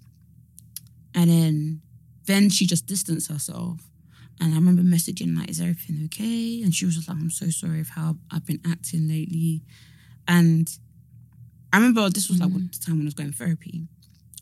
S2: and then then she just distanced herself. And I remember messaging like, "Is everything okay?" And she was just like, "I'm so sorry of how I've been acting lately." And I remember this was like one time when I was going therapy.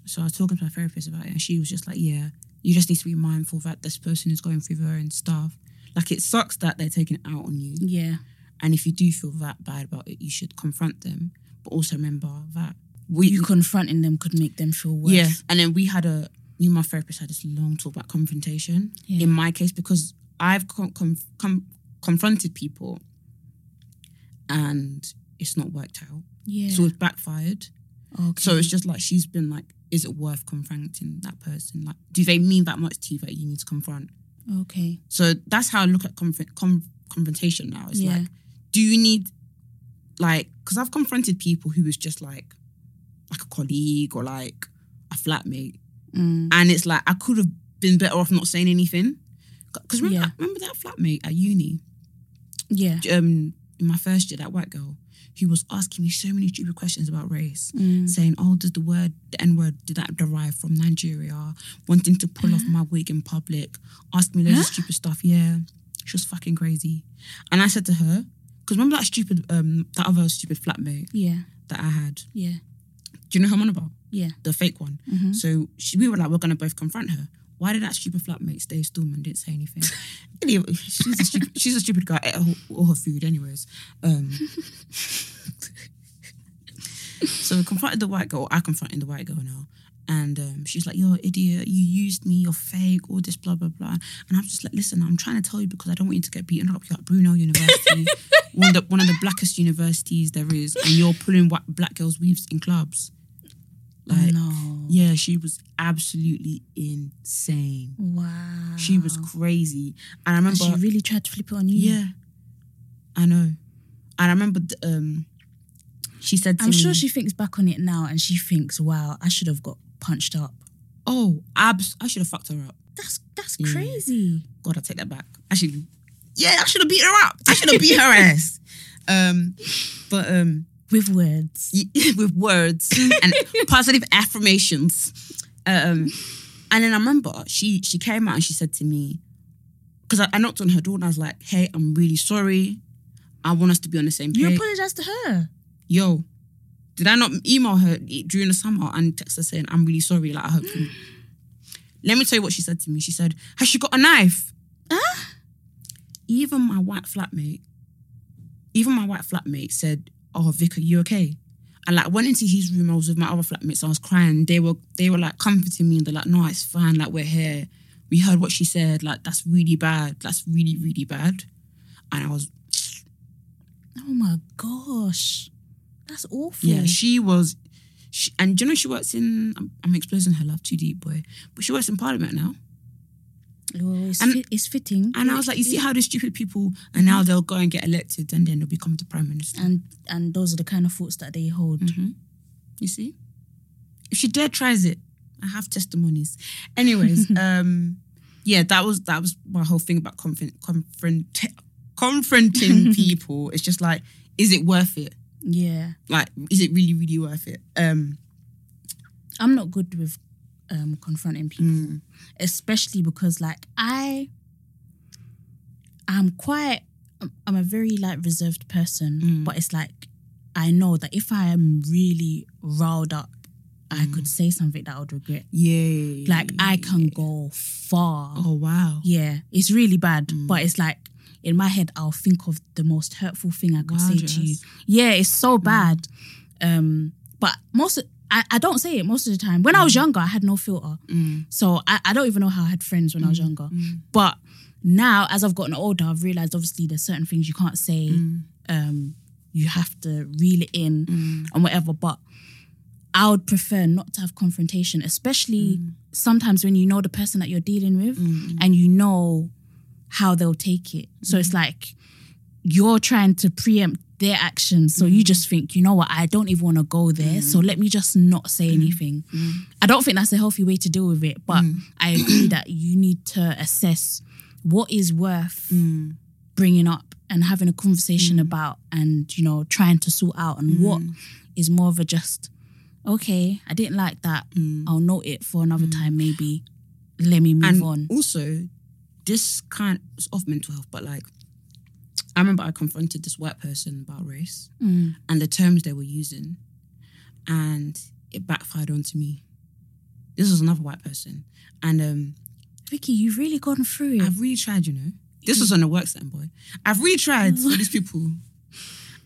S2: So I was talking to my therapist about it, and she was just like, "Yeah, you just need to be mindful that this person is going through their own stuff. Like it sucks that they're taking it out on you."
S1: yeah,
S2: And if you do feel that bad about it, you should confront them. But also remember that we
S1: you confronting them could make them feel worse.
S2: yeah. And then we had a, me and my therapist had this long talk about confrontation.
S1: Yeah.
S2: In my case, because I've con- con- com- confronted people and it's not worked out.
S1: yeah.
S2: So it's backfired.
S1: okay.
S2: So it's just like she's been like, is it worth confronting that person? Like, do they mean that much to you that you need to confront?
S1: okay.
S2: So that's how I look at conf- com- confrontation now. It's
S1: Yeah.
S2: like, do you need, like, because I've confronted people who was just like, like a colleague or like a flatmate,
S1: Mm.
S2: and it's like I could have been better off not saying anything. Because remember,
S1: Yeah.
S2: remember that flatmate at uni,
S1: Yeah.
S2: um, in my first year, that white girl who was asking me so many stupid questions about race,
S1: Mm.
S2: saying, "Oh, did the word the N word did that derive from Nigeria?" Wanting to pull
S1: Uh-huh.
S2: off my wig in public, asking me loads of stupid stuff. Yeah, she was fucking crazy. And I said to her, "Because remember that stupid, um, that other stupid flatmate
S1: Yeah.
S2: that I had?
S1: Yeah.
S2: Do you know who I'm on about?"
S1: Yeah.
S2: the fake one. So she, we were like, we're gonna both confront her. Why did that stupid flatmate stay still and didn't say anything? anyway, she's a stupid, she's a stupid guy. Ate all, all her food, anyways. Um, so we confronted the white girl. I confronted the white girl now, and um, she's like, "You're an idiot. You used me. You're fake. All this blah blah blah." And I'm just like, "Listen, I'm trying to tell you because I don't want you to get beaten up. You're at Bruno University, one of the one of the blackest universities there is, and you're pulling white, black girls' weaves in clubs." Like,
S1: No.
S2: yeah, she was absolutely insane.
S1: Wow.
S2: She was crazy. And I remember,
S1: She really tried to flip it on you.
S2: yeah, I know. And I remember, th- um, she said to
S1: I'm
S2: me,
S1: sure she thinks back on it now, and she thinks, "Wow, I should have got punched up."
S2: "Oh, abs, I should have fucked her up."
S1: That's that's
S2: Yeah.
S1: crazy.
S2: God, I take that back. Actually, yeah, I should have beat her up. I should have beat her ass. Um, but um,
S1: With words.
S2: y- with words and positive affirmations. Um, and then I remember she she came out and she said to me, because I, I knocked on her door and I was like, "Hey, I'm really sorry. I want us to be on the same
S1: You
S2: page."
S1: apologized to her.
S2: Yo, did I not email her during the summer and text her saying, "I'm really sorry. Like I hope you." Let me tell you what she said to me. She said, "Has she got a knife?" Even my white flatmate, even my white flatmate said, "Oh, Vic, are you okay?" I like went into his room. I was with my other flatmates. I was crying. They were they were like comforting me, and they're like, "No, it's fine. Like we're here. We heard what she said. Like that's really bad. That's really really bad." And I was
S1: Oh my gosh. That's awful.
S2: Yeah, she was. She, and do you know she works in? I'm, I'm exposing her love too deep, boy. But she works in Parliament now.
S1: Well, it's,
S2: And-
S1: fit, it's fitting.
S2: And I was like, you see how the stupid people, and now they'll go and get elected, and then they'll become the prime minister.
S1: and and those are the kind of thoughts that they hold.
S2: Mm. You see? If she dare tries it, I have testimonies. Anyways, um, yeah, that was that was my whole thing about confront, confront confronting people. It's just like, is it worth it?
S1: Yeah,
S2: Like, is it really, really worth it? Um,
S1: I'm not good with um, confronting people, especially because like I, I'm quite, I'm- I'm a very like reserved person,
S2: Mm.
S1: but it's like I know that if I am really riled up, I could say something that I would regret.
S2: Mm. yeah.
S1: Like I can go far.
S2: Oh Mm. wow.
S1: Yeah, it's really bad, but it's like in my head, I'll think of the most hurtful thing I could say to you.
S2: Gorgeous. Mm.
S1: Yeah, it's so bad. Um, but most, I, I don't say it most of the time. When I
S2: Mm.
S1: was younger, I had no filter. So I, I don't even know how I had friends when I was younger. But now, as I've gotten older, I've realized obviously there's certain things you can't say. Um, you have to reel it in and whatever. But I would prefer not to have confrontation, especially sometimes when you know the person that you're dealing with
S2: Mm.
S1: and you know how they'll take it. So it's like you're trying to preempt their actions. So you just think, you know what, I don't even want to go there. So let me just not say anything. I don't think that's a healthy way to deal with it,
S2: Mm.
S1: but I agree that you need to assess what is worth bringing up and having a
S2: Mm.
S1: conversation about and, you know, trying to sort out and what is more of a just, okay, I didn't like that. I'll note it for another time, maybe. Let me move
S2: mm, and
S1: on.
S2: also this kind it's of mental health but like i remember i confronted this white person about race and the terms they were using and it backfired onto me this was another white person and um
S1: Vicky, you've really gone through it.
S2: i've really tried you know this was on a work setting boy i've really tried for these people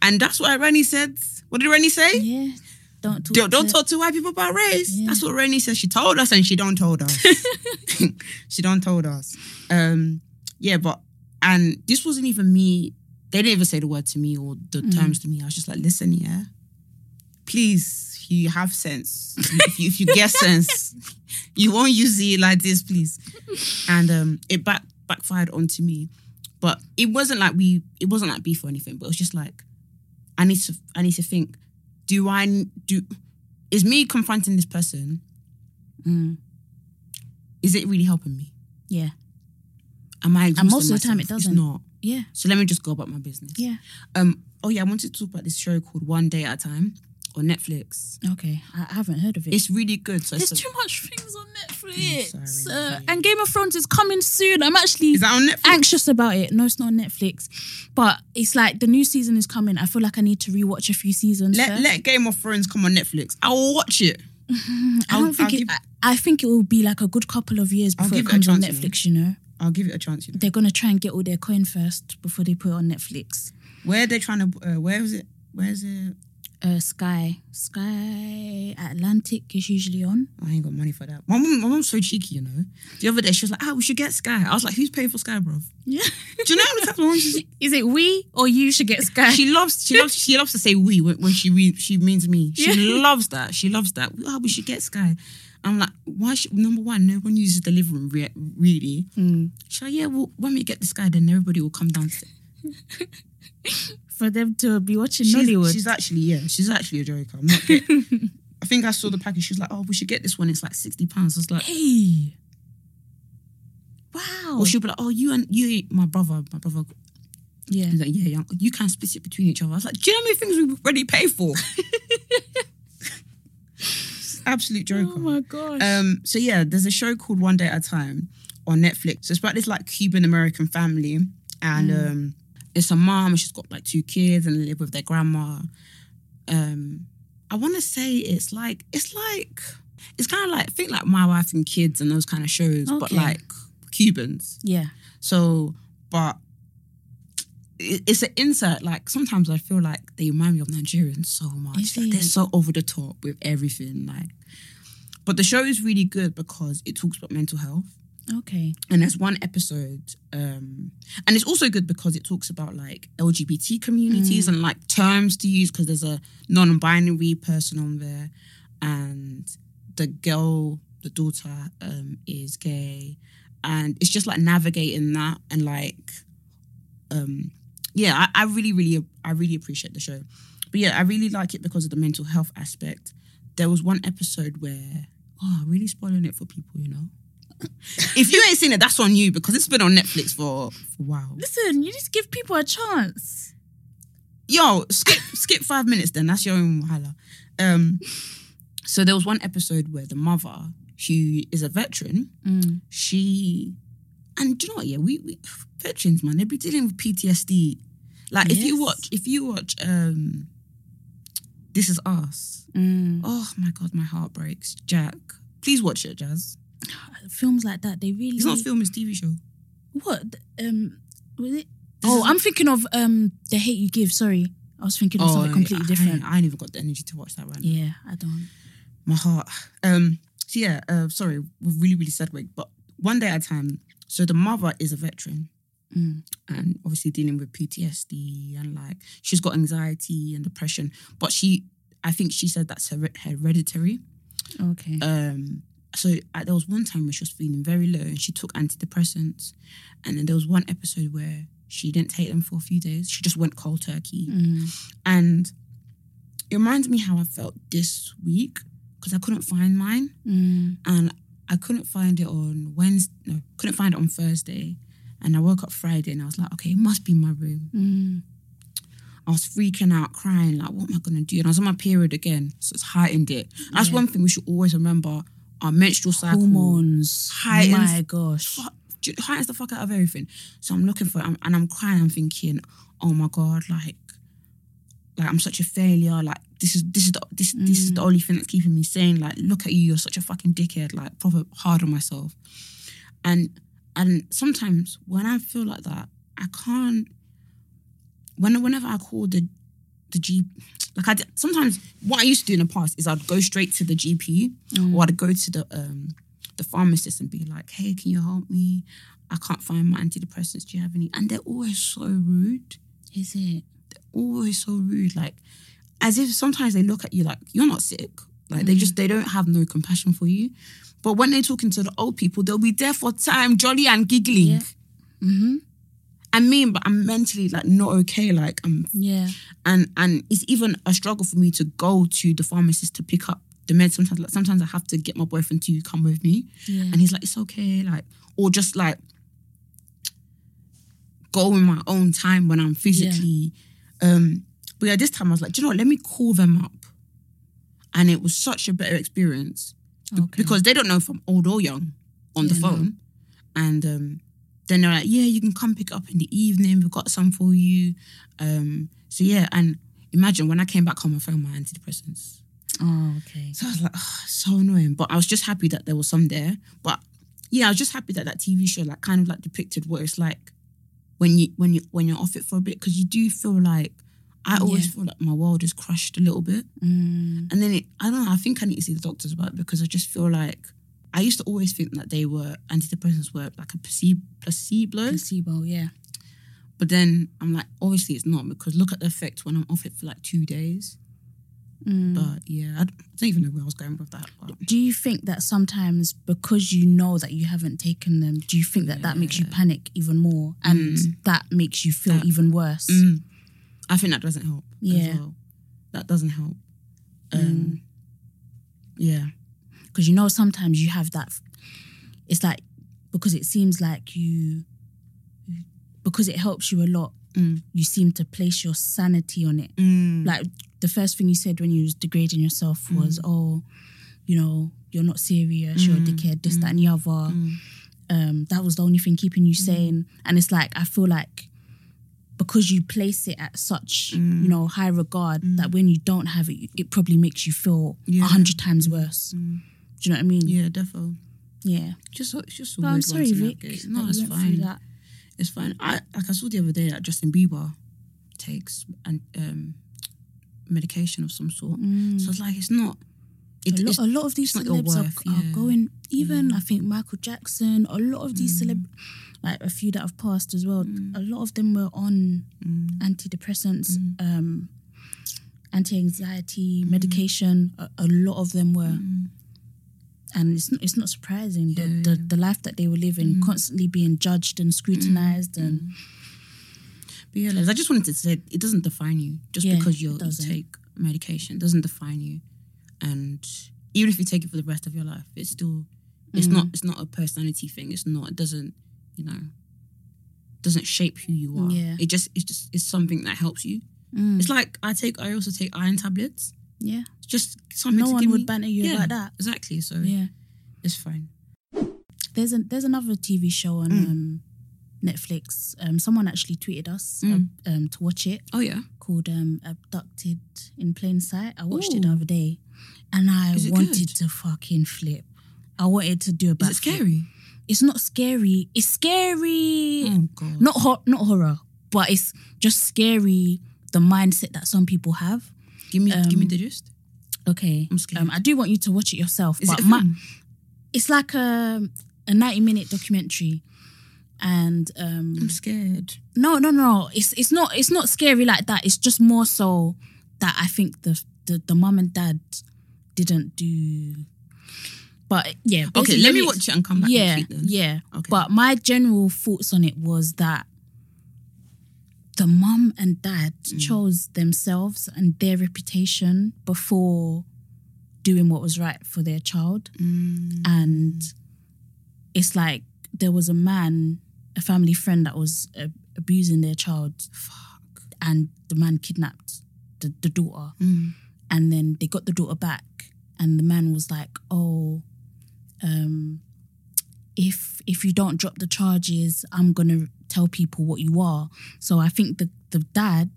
S2: and that's what rennie said what did rennie say
S1: yeah. Don't talk
S2: don't, don't
S1: to-
S2: talk to white people about race.
S1: Yeah.
S2: That's what Rennie says. She told us and she don't told us. she don't told us. Um, yeah, but and this wasn't even me. They didn't even say the word to me or the
S1: Mm.
S2: terms to me. I was just like, listen, yeah. Please, if you have sense. If you, if you get sense, you won't use it like this, please. And um, it back backfired onto me, but it wasn't like we. It wasn't like beef or anything. But it was just like, I need to. I need to think. Do I do? Is me confronting this person?
S1: Mm,
S2: Is it really helping me?
S1: yeah.
S2: Am I? exhausting
S1: most of the time it
S2: myself?
S1: doesn't.
S2: It's not.
S1: Yeah.
S2: So let me just go about my business.
S1: Yeah.
S2: Um. Oh yeah, I wanted to talk about this show called One Day at a Time on Netflix.
S1: Okay. I, I haven't heard of it.
S2: It's really good. So
S1: There's
S2: it's a-
S1: too much things on
S2: I'm
S1: Netflix.
S2: sorry.
S1: Uh, and Game of Thrones is coming soon. I'm actually
S2: is that on Netflix?
S1: anxious about it. No, it's not on Netflix. But it's like the new season is coming. I feel like I need to rewatch a few seasons.
S2: let
S1: first.
S2: Let Game of Thrones come on Netflix. I will watch it.
S1: I
S2: I'll-
S1: don't think
S2: I'll
S1: it,
S2: give-
S1: I, I think it will be like a good couple of years before
S2: give
S1: it
S2: it a
S1: comes on
S2: chance, you know.
S1: Netflix, you know.
S2: I'll give it a chance. You know.
S1: They're gonna try and get all their coin first before they put it on Netflix.
S2: Where they trying to? Uh, where is it? Where is it?
S1: Uh, Sky, Sky Atlantic is usually on.
S2: I ain't got money for that. My mom, my mom's so cheeky, you know. The other day she was like, "Ah, we should get Sky." I was like, "Who's paying for Sky, bro?"
S1: Yeah.
S2: Do you know how many times my mom says-
S1: Is it we or you should get Sky?
S2: she loves she loves she loves to say we when, when she re, she means me. She
S1: Yeah.
S2: loves that. She loves that. Oh, we should get Sky. I'm like, why should number one? No one uses the living room re- really. She's like, yeah, well, when we get the Sky, then everybody will come downstairs.
S1: for them to be watching
S2: She's,
S1: Nollywood.
S2: she's actually yeah, she's actually a joker. I'm not. Kidding. I think I saw the package. She was like, oh, we should get this one. It's like sixty pounds. I was like.
S1: hey. Wow.
S2: Or she'll be like, "Oh, you and you, my brother, my brother."
S1: yeah.
S2: He's like, "Yeah, yeah, you can split it between each other." I was like, "Do you know how many things we already pay for?" Absolute joker.
S1: Oh my gosh.
S2: Um, so yeah, there's a show called One Day at a Time on Netflix. So it's about this like Cuban American family, and
S1: Mm.
S2: um, it's a mom. and She's got like two kids and they live with their grandma. Um, I want to say it's like it's like it's kind of like think like My Wife and Kids and those kind of shows, but
S1: Okay.
S2: like Cubans.
S1: yeah.
S2: So, but it- it's an insert. Like sometimes I feel like they remind me of Nigerians so much.
S1: Is
S2: Like, they're
S1: it?
S2: so over the top with everything. Like, but the show is really good because it talks about mental health
S1: Okay.
S2: and there's one episode um and it's also good because it talks about like lgbt communities and like terms to use because there's a non-binary person on there and the girl the daughter um is gay and it's just like navigating that and like um yeah I, I really really i really appreciate the show but yeah i really like it because of the mental health aspect there was one episode where oh really spoiling it for people you know if you ain't seen it, that's on you because it's been on Netflix for, for a while.
S1: Listen, you just give people a chance.
S2: Yo, skip skip five minutes then. That's your own wahala. Um, so there was one episode where the mother, who is a veteran,
S1: Mm.
S2: she and do you know what? Yeah, we, we veterans, man, they be dealing with PTSD. Like if you
S1: Yes.
S2: watch, if you watch, um, This Is Us.
S1: Mm.
S2: Oh my god, my heart breaks. Jack, please watch it, Jazz.
S1: Films like that, they really
S2: It's not a film; it's a TV show.
S1: what um was it?
S2: This
S1: oh,
S2: is-
S1: I'm thinking of um the hate you give. Sorry, I was thinking of something completely
S2: I-
S1: different.
S2: Oh, I, ain't- I ain't even got the energy to watch that right now.
S1: yeah, I don't.
S2: my heart. Um, so yeah, uh, sorry, we're really, really segueing, but one day at a time. So the mother is a veteran
S1: Mm.
S2: and obviously dealing with PTSD and like she's got anxiety and depression, but she, I think she said that's her- hereditary.
S1: Okay.
S2: Um, so uh, there was one time where she was feeling very low and she took antidepressants, and then there was one episode where she didn't take them for a few days. She just went cold turkey.
S1: Mm.
S2: And it reminds me how I felt this week because I couldn't find mine
S1: Mm.
S2: and I couldn't find it on Wednesday. No, couldn't find it on Thursday. And I woke up Friday and I was like, okay, it must be in my room.
S1: Mm.
S2: I was freaking out, crying, like, what am I gonna do? And I was on my period again, so it's heightened it. That's
S1: Yeah.
S2: one thing we should always remember: our menstrual cycle
S1: Hormones.
S2: Heightens-
S1: My gosh.
S2: fuck- ju- heightens the fuck out of everything. So I'm looking for it, I'm- and I'm crying. I'm thinking, oh my god, like, like I'm such a failure. Like this is this is the, this this is the only thing that's keeping me sane. Like, look at you, you're such a fucking dickhead. Like, proper hard on myself. And and sometimes when I feel like that, I can't. When whenever I call the the G, like I d- sometimes what I used to do in the past is I'd go straight to the GP or I'd go to the um the pharmacist and be like, "Hey, can you help me? I can't find my antidepressants. Do you have any?" And they're always so rude.
S1: Is it?
S2: Always so rude. Like as if sometimes they look at you like you're not sick. Like they just they don't have no compassion for you. But when they're talking to the old people, they'll be there for time, jolly and giggling.
S1: Yeah. Mm-hmm.
S2: I mean, but I'm mentally like not okay. Like I'm
S1: Yeah.
S2: and and it's even a struggle for me to go to the pharmacist to pick up the meds. Sometimes, like sometimes I have to get my boyfriend to come with me,
S1: Yeah.
S2: and he's like, "It's okay," like or just like go in my own time when I'm physically. Um, but yeah, this time I was like, "Do you know what? Let me call them up," and it was such a better experience
S1: okay.
S2: because they don't know if I'm old or young on the
S1: Yeah, no.
S2: phone. And um, then they're like, yeah, you can come pick it up in the evening. We've got some for you. Um, so yeah, and imagine when I came back home, I found my antidepressants.
S1: Oh, okay.
S2: So I was like, oh, so annoying. But I was just happy that there was some there. But yeah, I was just happy that that TV show like kind of like depicted what it's like when you when you when you're off it for a bit because you do feel like I always
S1: Yeah.
S2: feel like my world is crushed a little bit.
S1: Mm.
S2: And then it, I don't know, I think I need to see the doctors about it because I just feel like I used to always think that they were antidepressants were like a placebo, placebo.
S1: Placebo. Yeah.
S2: But then I'm like, obviously it's not because look at the effect when I'm off it for like two days.
S1: Mm.
S2: But yeah, I d- I don't even know where I was going with that. But
S1: do you think that sometimes because you know that you haven't taken them, do you think that that makes you panic even more and that makes you feel
S2: Mm. That-
S1: even worse?
S2: Mm. I think that doesn't help.
S1: Yeah. Mm.
S2: As well. That doesn't help. Um, Yeah.
S1: because you know sometimes you have that it's like because it seems like you because it helps you a lot
S2: Mm.
S1: you seem to place your sanity on it Mm. like the first thing you said when you was degrading yourself
S2: Mm.
S1: was oh you know you're not serious
S2: Mm.
S1: you're a dickhead this that and the other um, that was the only thing keeping
S2: Mm.
S1: you sane and it's like i feel like because you place it at such
S2: Mm.
S1: you know high regard that when you don't have it it probably makes you feel a
S2: Yeah. Mm.
S1: hundred times worse do you know what i mean
S2: Yeah, definitely.
S1: yeah.
S2: Just, it's just
S1: But
S2: a weird
S1: I'm
S2: one
S1: sorry,
S2: to
S1: Rick.
S2: navigate.
S1: that
S2: No,
S1: you
S2: it's
S1: went through
S2: fine.
S1: that.
S2: It's fine. I like I saw the other day that Justin Bieber takes and um, medication of some sort. So it's like it's not. It,
S1: A,
S2: it's,
S1: lot, Mm. a lot of these
S2: it's not your
S1: celebs are,
S2: worth,
S1: are
S2: yeah. Mm.
S1: going even I think Michael Jackson, a lot of these celeb, like a few that have passed as well,
S2: Mm.
S1: a lot of them were on antidepressants, um,
S2: Mm.
S1: anti-anxiety medication. A, a lot of them were, and it's not, it's not surprising the, the the life that they were living,
S2: Mm.
S1: constantly being judged and scrutinized, and
S2: But yeah, Liz, I just wanted to say it doesn't define you just
S1: Yeah,
S2: because
S1: it
S2: you're, you
S1: doesn't.
S2: take medication. It doesn't define you, and even if you take it for the rest of your life, it's still
S1: Mm.
S2: it's not it's not a personality thing. It's not it doesn't you know doesn't shape who you are.
S1: Yeah.
S2: It just it's just it's something that helps you.
S1: Mm.
S2: It's like I take I also take iron tablets.
S1: yeah,
S2: It's just something.
S1: no
S2: to
S1: one
S2: give
S1: would
S2: me-
S1: banter you
S2: Yeah,
S1: about that.
S2: Exactly. So
S1: Yeah.
S2: it's fine.
S1: there's an there's another TV show on
S2: Mm.
S1: um, Netflix. Um, someone actually tweeted us
S2: Mm.
S1: uh, um, to watch it
S2: Oh yeah.
S1: called um, "Abducted in Plain Sight." I watched it
S2: Ooh.
S1: the other day, and I
S2: Is it
S1: wanted
S2: good?
S1: to fucking flip. I wanted to do a
S2: Is
S1: backflip.
S2: it scary?
S1: It's not scary. It's scary.
S2: Oh god.
S1: Not hor- not horror, but it's just scary. The mindset that some people have.
S2: Give me give me
S1: um,
S2: the gist.
S1: Okay,
S2: I'm scared.
S1: um, I do want you to watch it yourself.
S2: Is
S1: but
S2: it a
S1: my,
S2: film?
S1: it's like a a ninety minute documentary, and um,
S2: I'm scared.
S1: no, no, no, it's it's not it's not scary like that. It's just more so that I think the the, the mum and dad didn't do. But yeah,
S2: Okay, let me
S1: basically-
S2: watch it and come back.
S1: yeah,
S2: next week then.
S1: yeah.
S2: Okay.
S1: But my general thoughts on it was that the mum and dad
S2: Mm.
S1: chose themselves and their reputation before doing what was right for their child.
S2: Mm.
S1: uh, And it's like there was a man, a family friend that was uh, abusing their child. Fuck. And the man kidnapped the, the daughter.
S2: Mm.
S1: And then they got the daughter back. And the man was like, oh, um, if if you don't drop the charges, I'm gonna tell people what you are. So I think the the dad,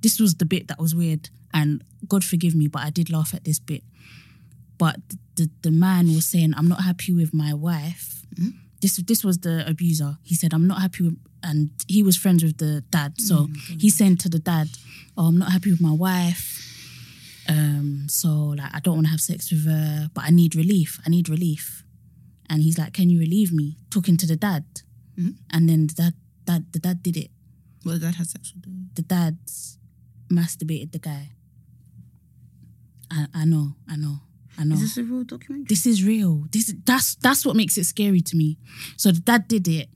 S1: this was the bit that was weird, and God forgive me, but I did laugh at this bit. But the the man was saying, I'm not happy with my wife. This this was the abuser. He said, I'm not happy with, and he was friends with the dad. So he's saying to the dad, Oh, I'm not happy with my wife. Um, so like I don't want to have sex with her, but I need relief. I need relief and he's like, "Can you relieve me?" Talking to the dad,
S2: Mm-hmm.
S1: and then the dad, dad, the dad did it.
S2: Well, that has sex with the
S1: The dad masturbated the guy. I, I know, I know, I know.
S2: Is this a real documentary?
S1: this is real. This that's that's what makes it scary to me. So the dad did it,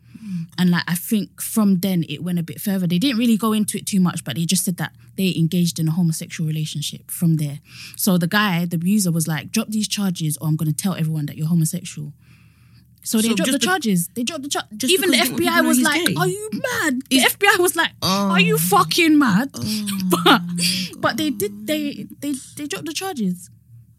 S1: and like I think from then it went a bit further. They didn't really go into it too much, but they just said that they engaged in a homosexual relationship from there. So the guy, the abuser, was like, "Drop these charges, or I'm going to tell everyone that you're homosexual." So they
S2: So
S1: dropped the
S2: just be-
S1: charges. They dropped the charge.
S2: just
S1: Even the
S2: because you want people
S1: FBI
S2: to know
S1: was
S2: he's
S1: like,
S2: gay?
S1: "Are you mad?" The FBI was like, "Are
S2: Oh.
S1: you fucking mad?" but but they did. They they they dropped the charges.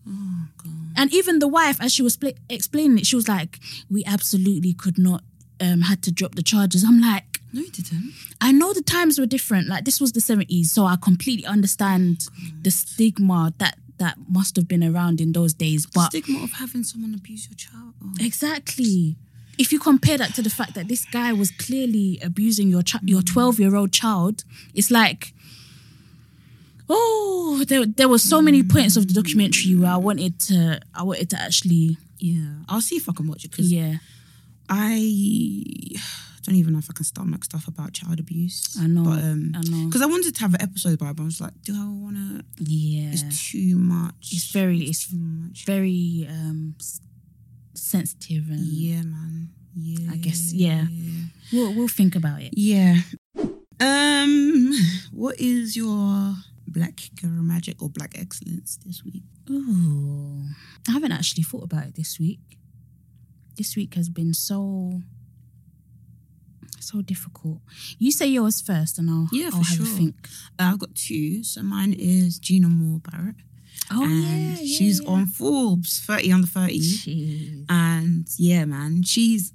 S2: oh,
S1: And even the wife, as she was spl- explaining it, she was like, "We absolutely could not um, had to drop the charges." I'm like,
S2: No, you didn't.
S1: I know the times were different. Like this was the 70s, so I completely understand the stigma that that must have been around in those days.
S2: The
S1: But
S2: stigma of having someone abuse your child. Oh.
S1: exactly, if you compare that to the fact that this guy was clearly abusing your chi- your 12 year old child, it's like. Oh, there, there were so many points of the documentary where I wanted to, I wanted to actually,
S2: Yeah, I'll see if I can watch it because
S1: yeah.
S2: I don't even know if I can stomach stuff about child abuse.
S1: I know,
S2: but, um,
S1: I know.
S2: Because I wanted to have an episode about it, but I was like, do I want to?
S1: Yeah.
S2: It's too much.
S1: It's very- it's
S2: too much.
S1: very um s- sensitive and
S2: yeah, man. Yeah,
S1: I guess, yeah. we'll we'll think about it.
S2: yeah. Um, what is your black girl magic or black excellence this week?
S1: Ooh. I haven't actually thought about it this week. This week has been so so difficult. You say yours first and I'll
S2: Yeah, for
S1: I'll have a
S2: sure.
S1: think.
S2: Uh, I've got two. So mine is Gina Moore Barrett.
S1: Oh
S2: and she's on Forbes 30 under 30.
S1: Jeez.
S2: And yeah, man, she's.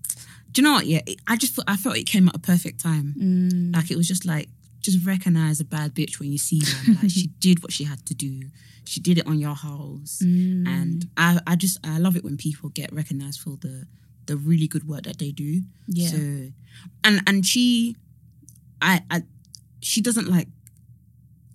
S2: Do you know what? Yeah, it- I just felt, I felt it came at a perfect time.
S1: Mm,
S2: Like it was just like just recognize a bad bitch when you see one. Like she did what she had to do. She did it on your house.
S1: mm,
S2: And I, I just I love it when people get recognized for the the really good work that they do.
S1: Yeah.
S2: So, and and she, I, I, she doesn't like.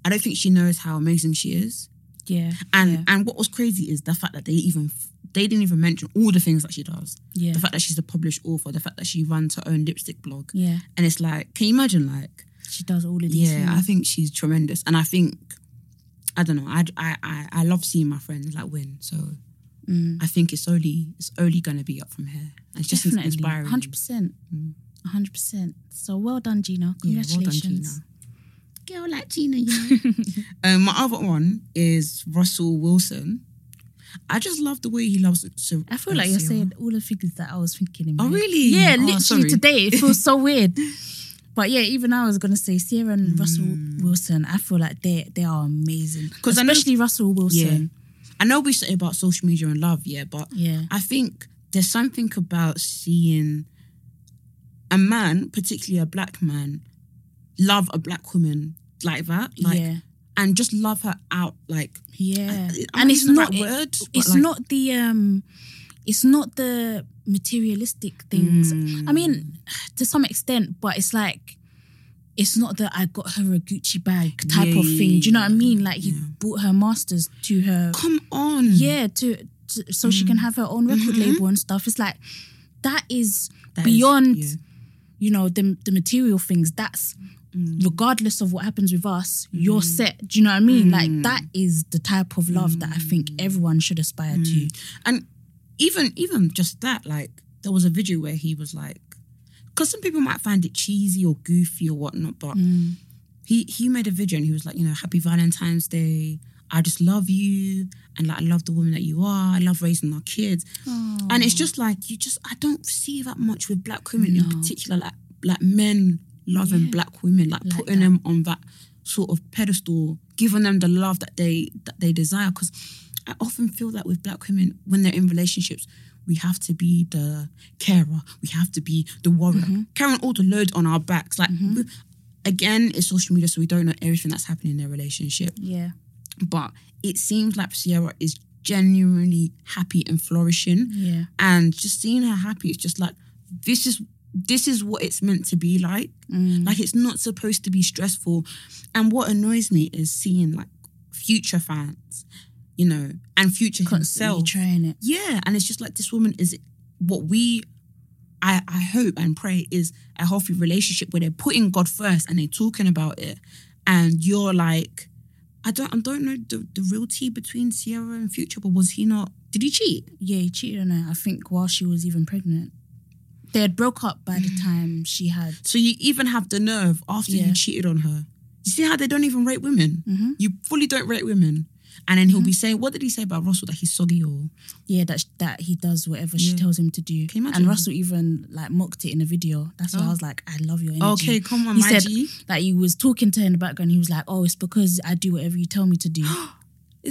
S2: I don't think she knows how amazing she is.
S1: yeah.
S2: And
S1: yeah.
S2: and what was crazy is the fact that they even f- they didn't even mention all the things that she does.
S1: Yeah.
S2: The fact that she's a published author, the fact that she runs her own lipstick blog.
S1: Yeah.
S2: And it's like, can you imagine like
S1: She does all of these
S2: yeah, I
S1: things.
S2: think she's tremendous, and I think I don't know. I I I, I love seeing my friends like win. So
S1: Mm.
S2: I think it's only it's only gonna be up from here. And It's just
S1: Definitely.
S2: inspiring. Mm.
S1: 100%. 100%. So well done, Gina.
S2: Yeah, well done,
S1: Congratulations.
S2: Gina.
S1: Girl like Gina, you know.
S2: Um, my other one is Russell Wilson. I just love the way he loves. Sur-
S1: I feel like you're
S2: Sierra.
S1: saying all the figures that I was thinking in
S2: Oh,
S1: my head.
S2: really?
S1: Yeah,
S2: Oh,
S1: literally
S2: sorry.
S1: today. It feels so weird. But yeah, even I was gonna say Sierra and Russell Wilson. I feel like they they are amazing.
S2: Mm. 'Cause I know-
S1: especially Russell Wilson.
S2: I know we say about social media and love, yeah, but
S1: Yeah.
S2: I think there's something about seeing a man, particularly a black man, love a black woman like that, like,
S1: yeah,
S2: and just love her out, like,
S1: yeah.
S2: I'm
S1: and Eh, it's
S2: using the
S1: not
S2: right
S1: it-
S2: word, but
S1: it's
S2: like-
S1: not the um, it's not the materialistic
S2: Mm.
S1: things. I mean, to some extent, but it's like. It's not that I got her a Gucci bag type
S2: Yeah,
S1: of
S2: yeah,
S1: thing. Do you know
S2: yeah,
S1: what I mean? Like he
S2: yeah. Mm.
S1: bought her masters to her
S2: come on,
S1: yeah to, to so she
S2: Mm.
S1: can have her own record
S2: Mm-hmm.
S1: label and stuff it's like that is
S2: That is-
S1: beyond
S2: yeah.
S1: you know the, the material things that's Mm. regardless of what happens with us you're
S2: Mm.
S1: set do you know what i mean like that is the type of love that i think
S2: Mm.
S1: everyone should aspire to
S2: and even even just that, like, there was a video where he was like, because some people might find it cheesy or goofy or whatnot, but
S1: Mm.
S2: he he made a video and he was like, you know, Happy Valentine's Day. I just love you, and like I love the woman that you are. I love raising our kids, and it's just like you just I don't see that much with black women in particular, like like men loving black women, like, putting them on that sort of pedestal, giving them the love that they that they desire. Because I often feel that with black women when they're in relationships. We have to be the carer. We have to be the warrior, carrying all the load on our backs. Like, we- again, it's social media, so we don't know everything that's happening in their relationship.
S1: yeah
S2: But it seems like Sierra is genuinely happy and flourishing.
S1: Yeah.
S2: And just seeing her happy, it's just like this is this is what it's meant to be like. Like it's not supposed to be stressful. And what annoys me is seeing like future fans, you know, and future
S1: constantly
S2: himself.
S1: trying it
S2: Yeah, and it's just like this woman is what we. I, I hope and pray is a healthy relationship where they're putting God first and they're talking about it, and you're like, I don't I don't know the, the real tea between Sierra and Future, but was he not? Did he cheat?
S1: yeah he cheated on her i think while she was even pregnant they had broke up by the time she had
S2: So you even have the nerve after
S1: Yeah.
S2: you cheated on her. You see how they don't even rate women.
S1: Mm-hmm.
S2: You fully don't rate women, and then he'll be saying, "What did he say about Russell that he's soggy or?"
S1: yeah that that he does whatever she
S2: Yeah.
S1: tells him to do
S2: Can you imagine?
S1: and russell even like mocked it in a video that's why i was like i love your energy
S2: Okay, come on,
S1: he
S2: my
S1: said
S2: G.
S1: that he was talking to her in the background he was like oh it's because i do whatever you tell me to do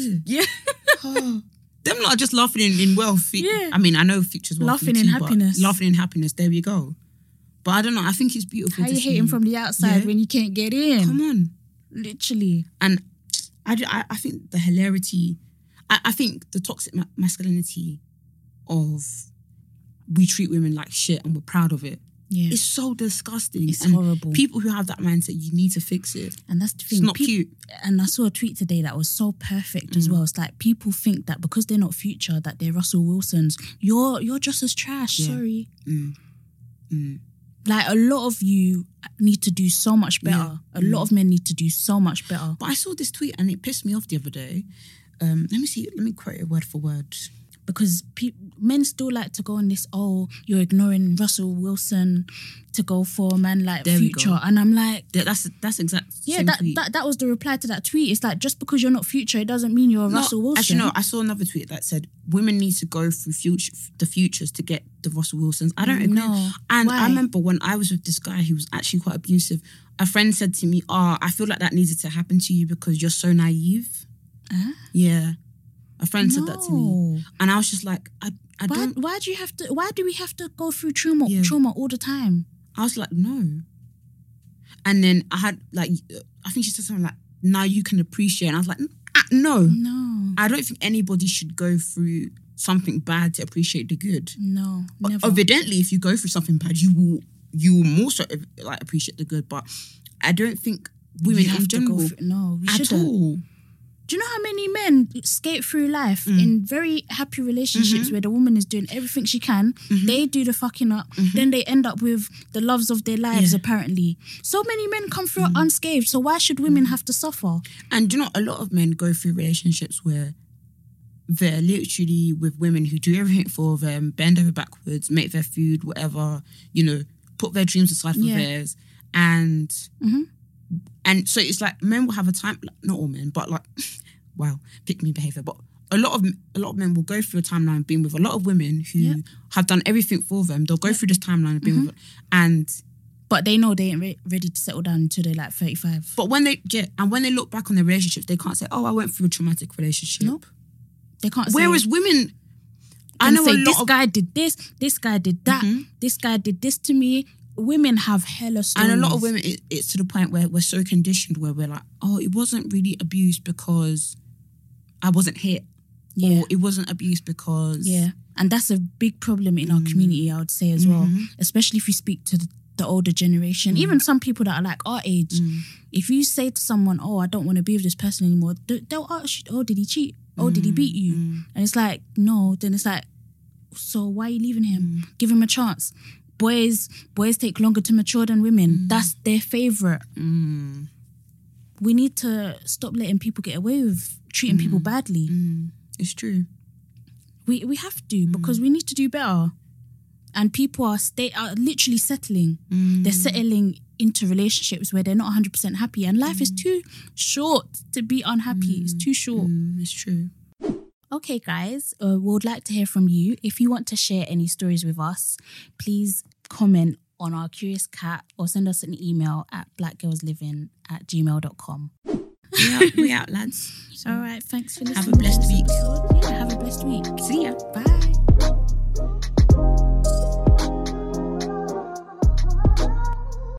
S2: Is it?
S1: yeah
S2: Them lot are just laughing in, in wealth.
S1: Yeah.
S2: I mean, I know future's wealthy
S1: Laughing in
S2: too, but
S1: happiness.
S2: Laughing in happiness. There we go. But I don't know. I think it's beautiful.
S1: how
S2: to
S1: you
S2: see.
S1: hating from the outside
S2: Yeah.
S1: when you can't get in
S2: Come on.
S1: literally
S2: And I, ju- I, I think the hilarity, I, I think the toxic ma- masculinity of we treat women like shit and we're proud of it.
S1: yeah
S2: It's so disgusting.
S1: It's
S2: and
S1: horrible.
S2: People who have that mindset, you need to fix it.
S1: and that's the thing
S2: It's not
S1: peop-
S2: cute.
S1: and i saw a tweet today that was so perfect
S2: Mm.
S1: as well it's like people think that because they're not future that they're russell wilson's you're you're just as trash sorry
S2: Mm.
S1: like a lot of you need to do so much better a lot
S2: Mm.
S1: of men need to do so much better
S2: But I saw this tweet and it pissed me off the other day. Um, let me see. Let me quote it word for word.
S1: because pe- men still like to go on this oh you're ignoring russell wilson to go for a man like
S2: There we go.
S1: future and i'm like
S2: That- That's that's exact.
S1: yeah
S2: same
S1: that,
S2: tweet.
S1: that that was the reply to that tweet it's like just because you're not future it doesn't mean you're
S2: No,
S1: russell wilson
S2: Actually, no. I saw another tweet that said women need to go through future the futures to get the Russell Wilsons. I don't agree.
S1: No.
S2: And
S1: Why?
S2: I remember when I was with this guy who was actually quite abusive. A friend said to me, "Ah, I feel like that needed to happen to you because you're so naive." Yeah, a friend said that to me,
S1: No.
S2: and I was just like, "I, I
S1: why,
S2: don't."
S1: why do you have to why do we have to go through trauma
S2: Yeah.
S1: trauma all the time
S2: I was like, "No." And then I had like, I think she said something like, "Now you can appreciate," and I was like, "N- ah, "No."
S1: no
S2: I don't think anybody should go through something bad to appreciate the good.
S1: no never
S2: Evidently, if you go through something bad, you will you will more so like appreciate the good. But I don't think women
S1: We
S2: in
S1: have to
S2: general
S1: go through, no we
S2: at
S1: shouldn't
S2: all.
S1: Do Do you know how many men skate through life
S2: Mm.
S1: in very happy
S2: Mm-hmm.
S1: relationships where the woman is doing everything she can? They do the fucking up. Then they end up with the loves of their lives,
S2: Mm-hmm. Yeah. Mm-hmm.
S1: apparently. So many men come through unscathed. So why should women have to suffer?
S2: And do you know, a lot of men go through relationships where they're literally with women who do everything for them, bend over backwards, make their food, whatever, you know, put their dreams aside for
S1: Yeah. Mm-hmm.
S2: theirs. And and so it's like men will have a time not all men, but like wow, pick me behaviour. But a lot of a lot of men will go through a timeline being with a lot of women who
S1: Yeah.
S2: have done everything for them. They'll go through this timeline of being with
S1: Mm-hmm.
S2: and
S1: But they know they ain't re- ready to settle down until they're like 35.
S2: but when they yeah, and when they look back on their relationships, they can't say, Oh, I went through a traumatic relationship.
S1: Nope. They can't say-
S2: Whereas women, I
S1: and
S2: know
S1: say,
S2: a
S1: this
S2: lot of Mm-hmm.
S1: guy did this, this guy did that, this guy did this to me. Women have hella stories.
S2: and a lot of women. It, it's to the point where we're so conditioned where we're like, oh, it wasn't really abuse because I wasn't hit,
S1: Yeah.
S2: or it wasn't abuse because
S1: Yeah. And that's a big problem in our
S2: Mm-hmm.
S1: community, I would say as well, especially if you speak to the, the older
S2: Mm-hmm.
S1: generation, even some people that are like our age.
S2: Mm.
S1: If you say to someone, Oh, I don't want to be with this person anymore, they- they'll ask you, Oh, did he cheat? Oh, did he
S2: Mm-hmm.
S1: beat you? And it's like, No. Then it's like, So why are you leaving him?
S2: Mm.
S1: Give him a chance. Boys, boys take longer to mature than women.
S2: Mm-hmm.
S1: That's their favorite.
S2: mm,
S1: We need to stop letting people get away with treating people
S2: Mm.
S1: badly
S2: it's true.
S1: we we have
S2: Mm.
S1: to because we need to do better and people are stay are literally settling
S2: Mm.
S1: they're settling into relationships where they're not 100% happy and life is too short to be unhappy it's too short
S2: Mm, it's true.
S1: okay guys uh, we would like to hear from you if you want to share any stories with us please comment on our curious cat or send us an email at blackgirlsliving at gmail.com
S2: We out, we out lads.
S1: all right thanks for
S2: Have
S1: listening
S2: a blessed week.
S1: yeah, have a blessed week
S2: See ya.
S1: bye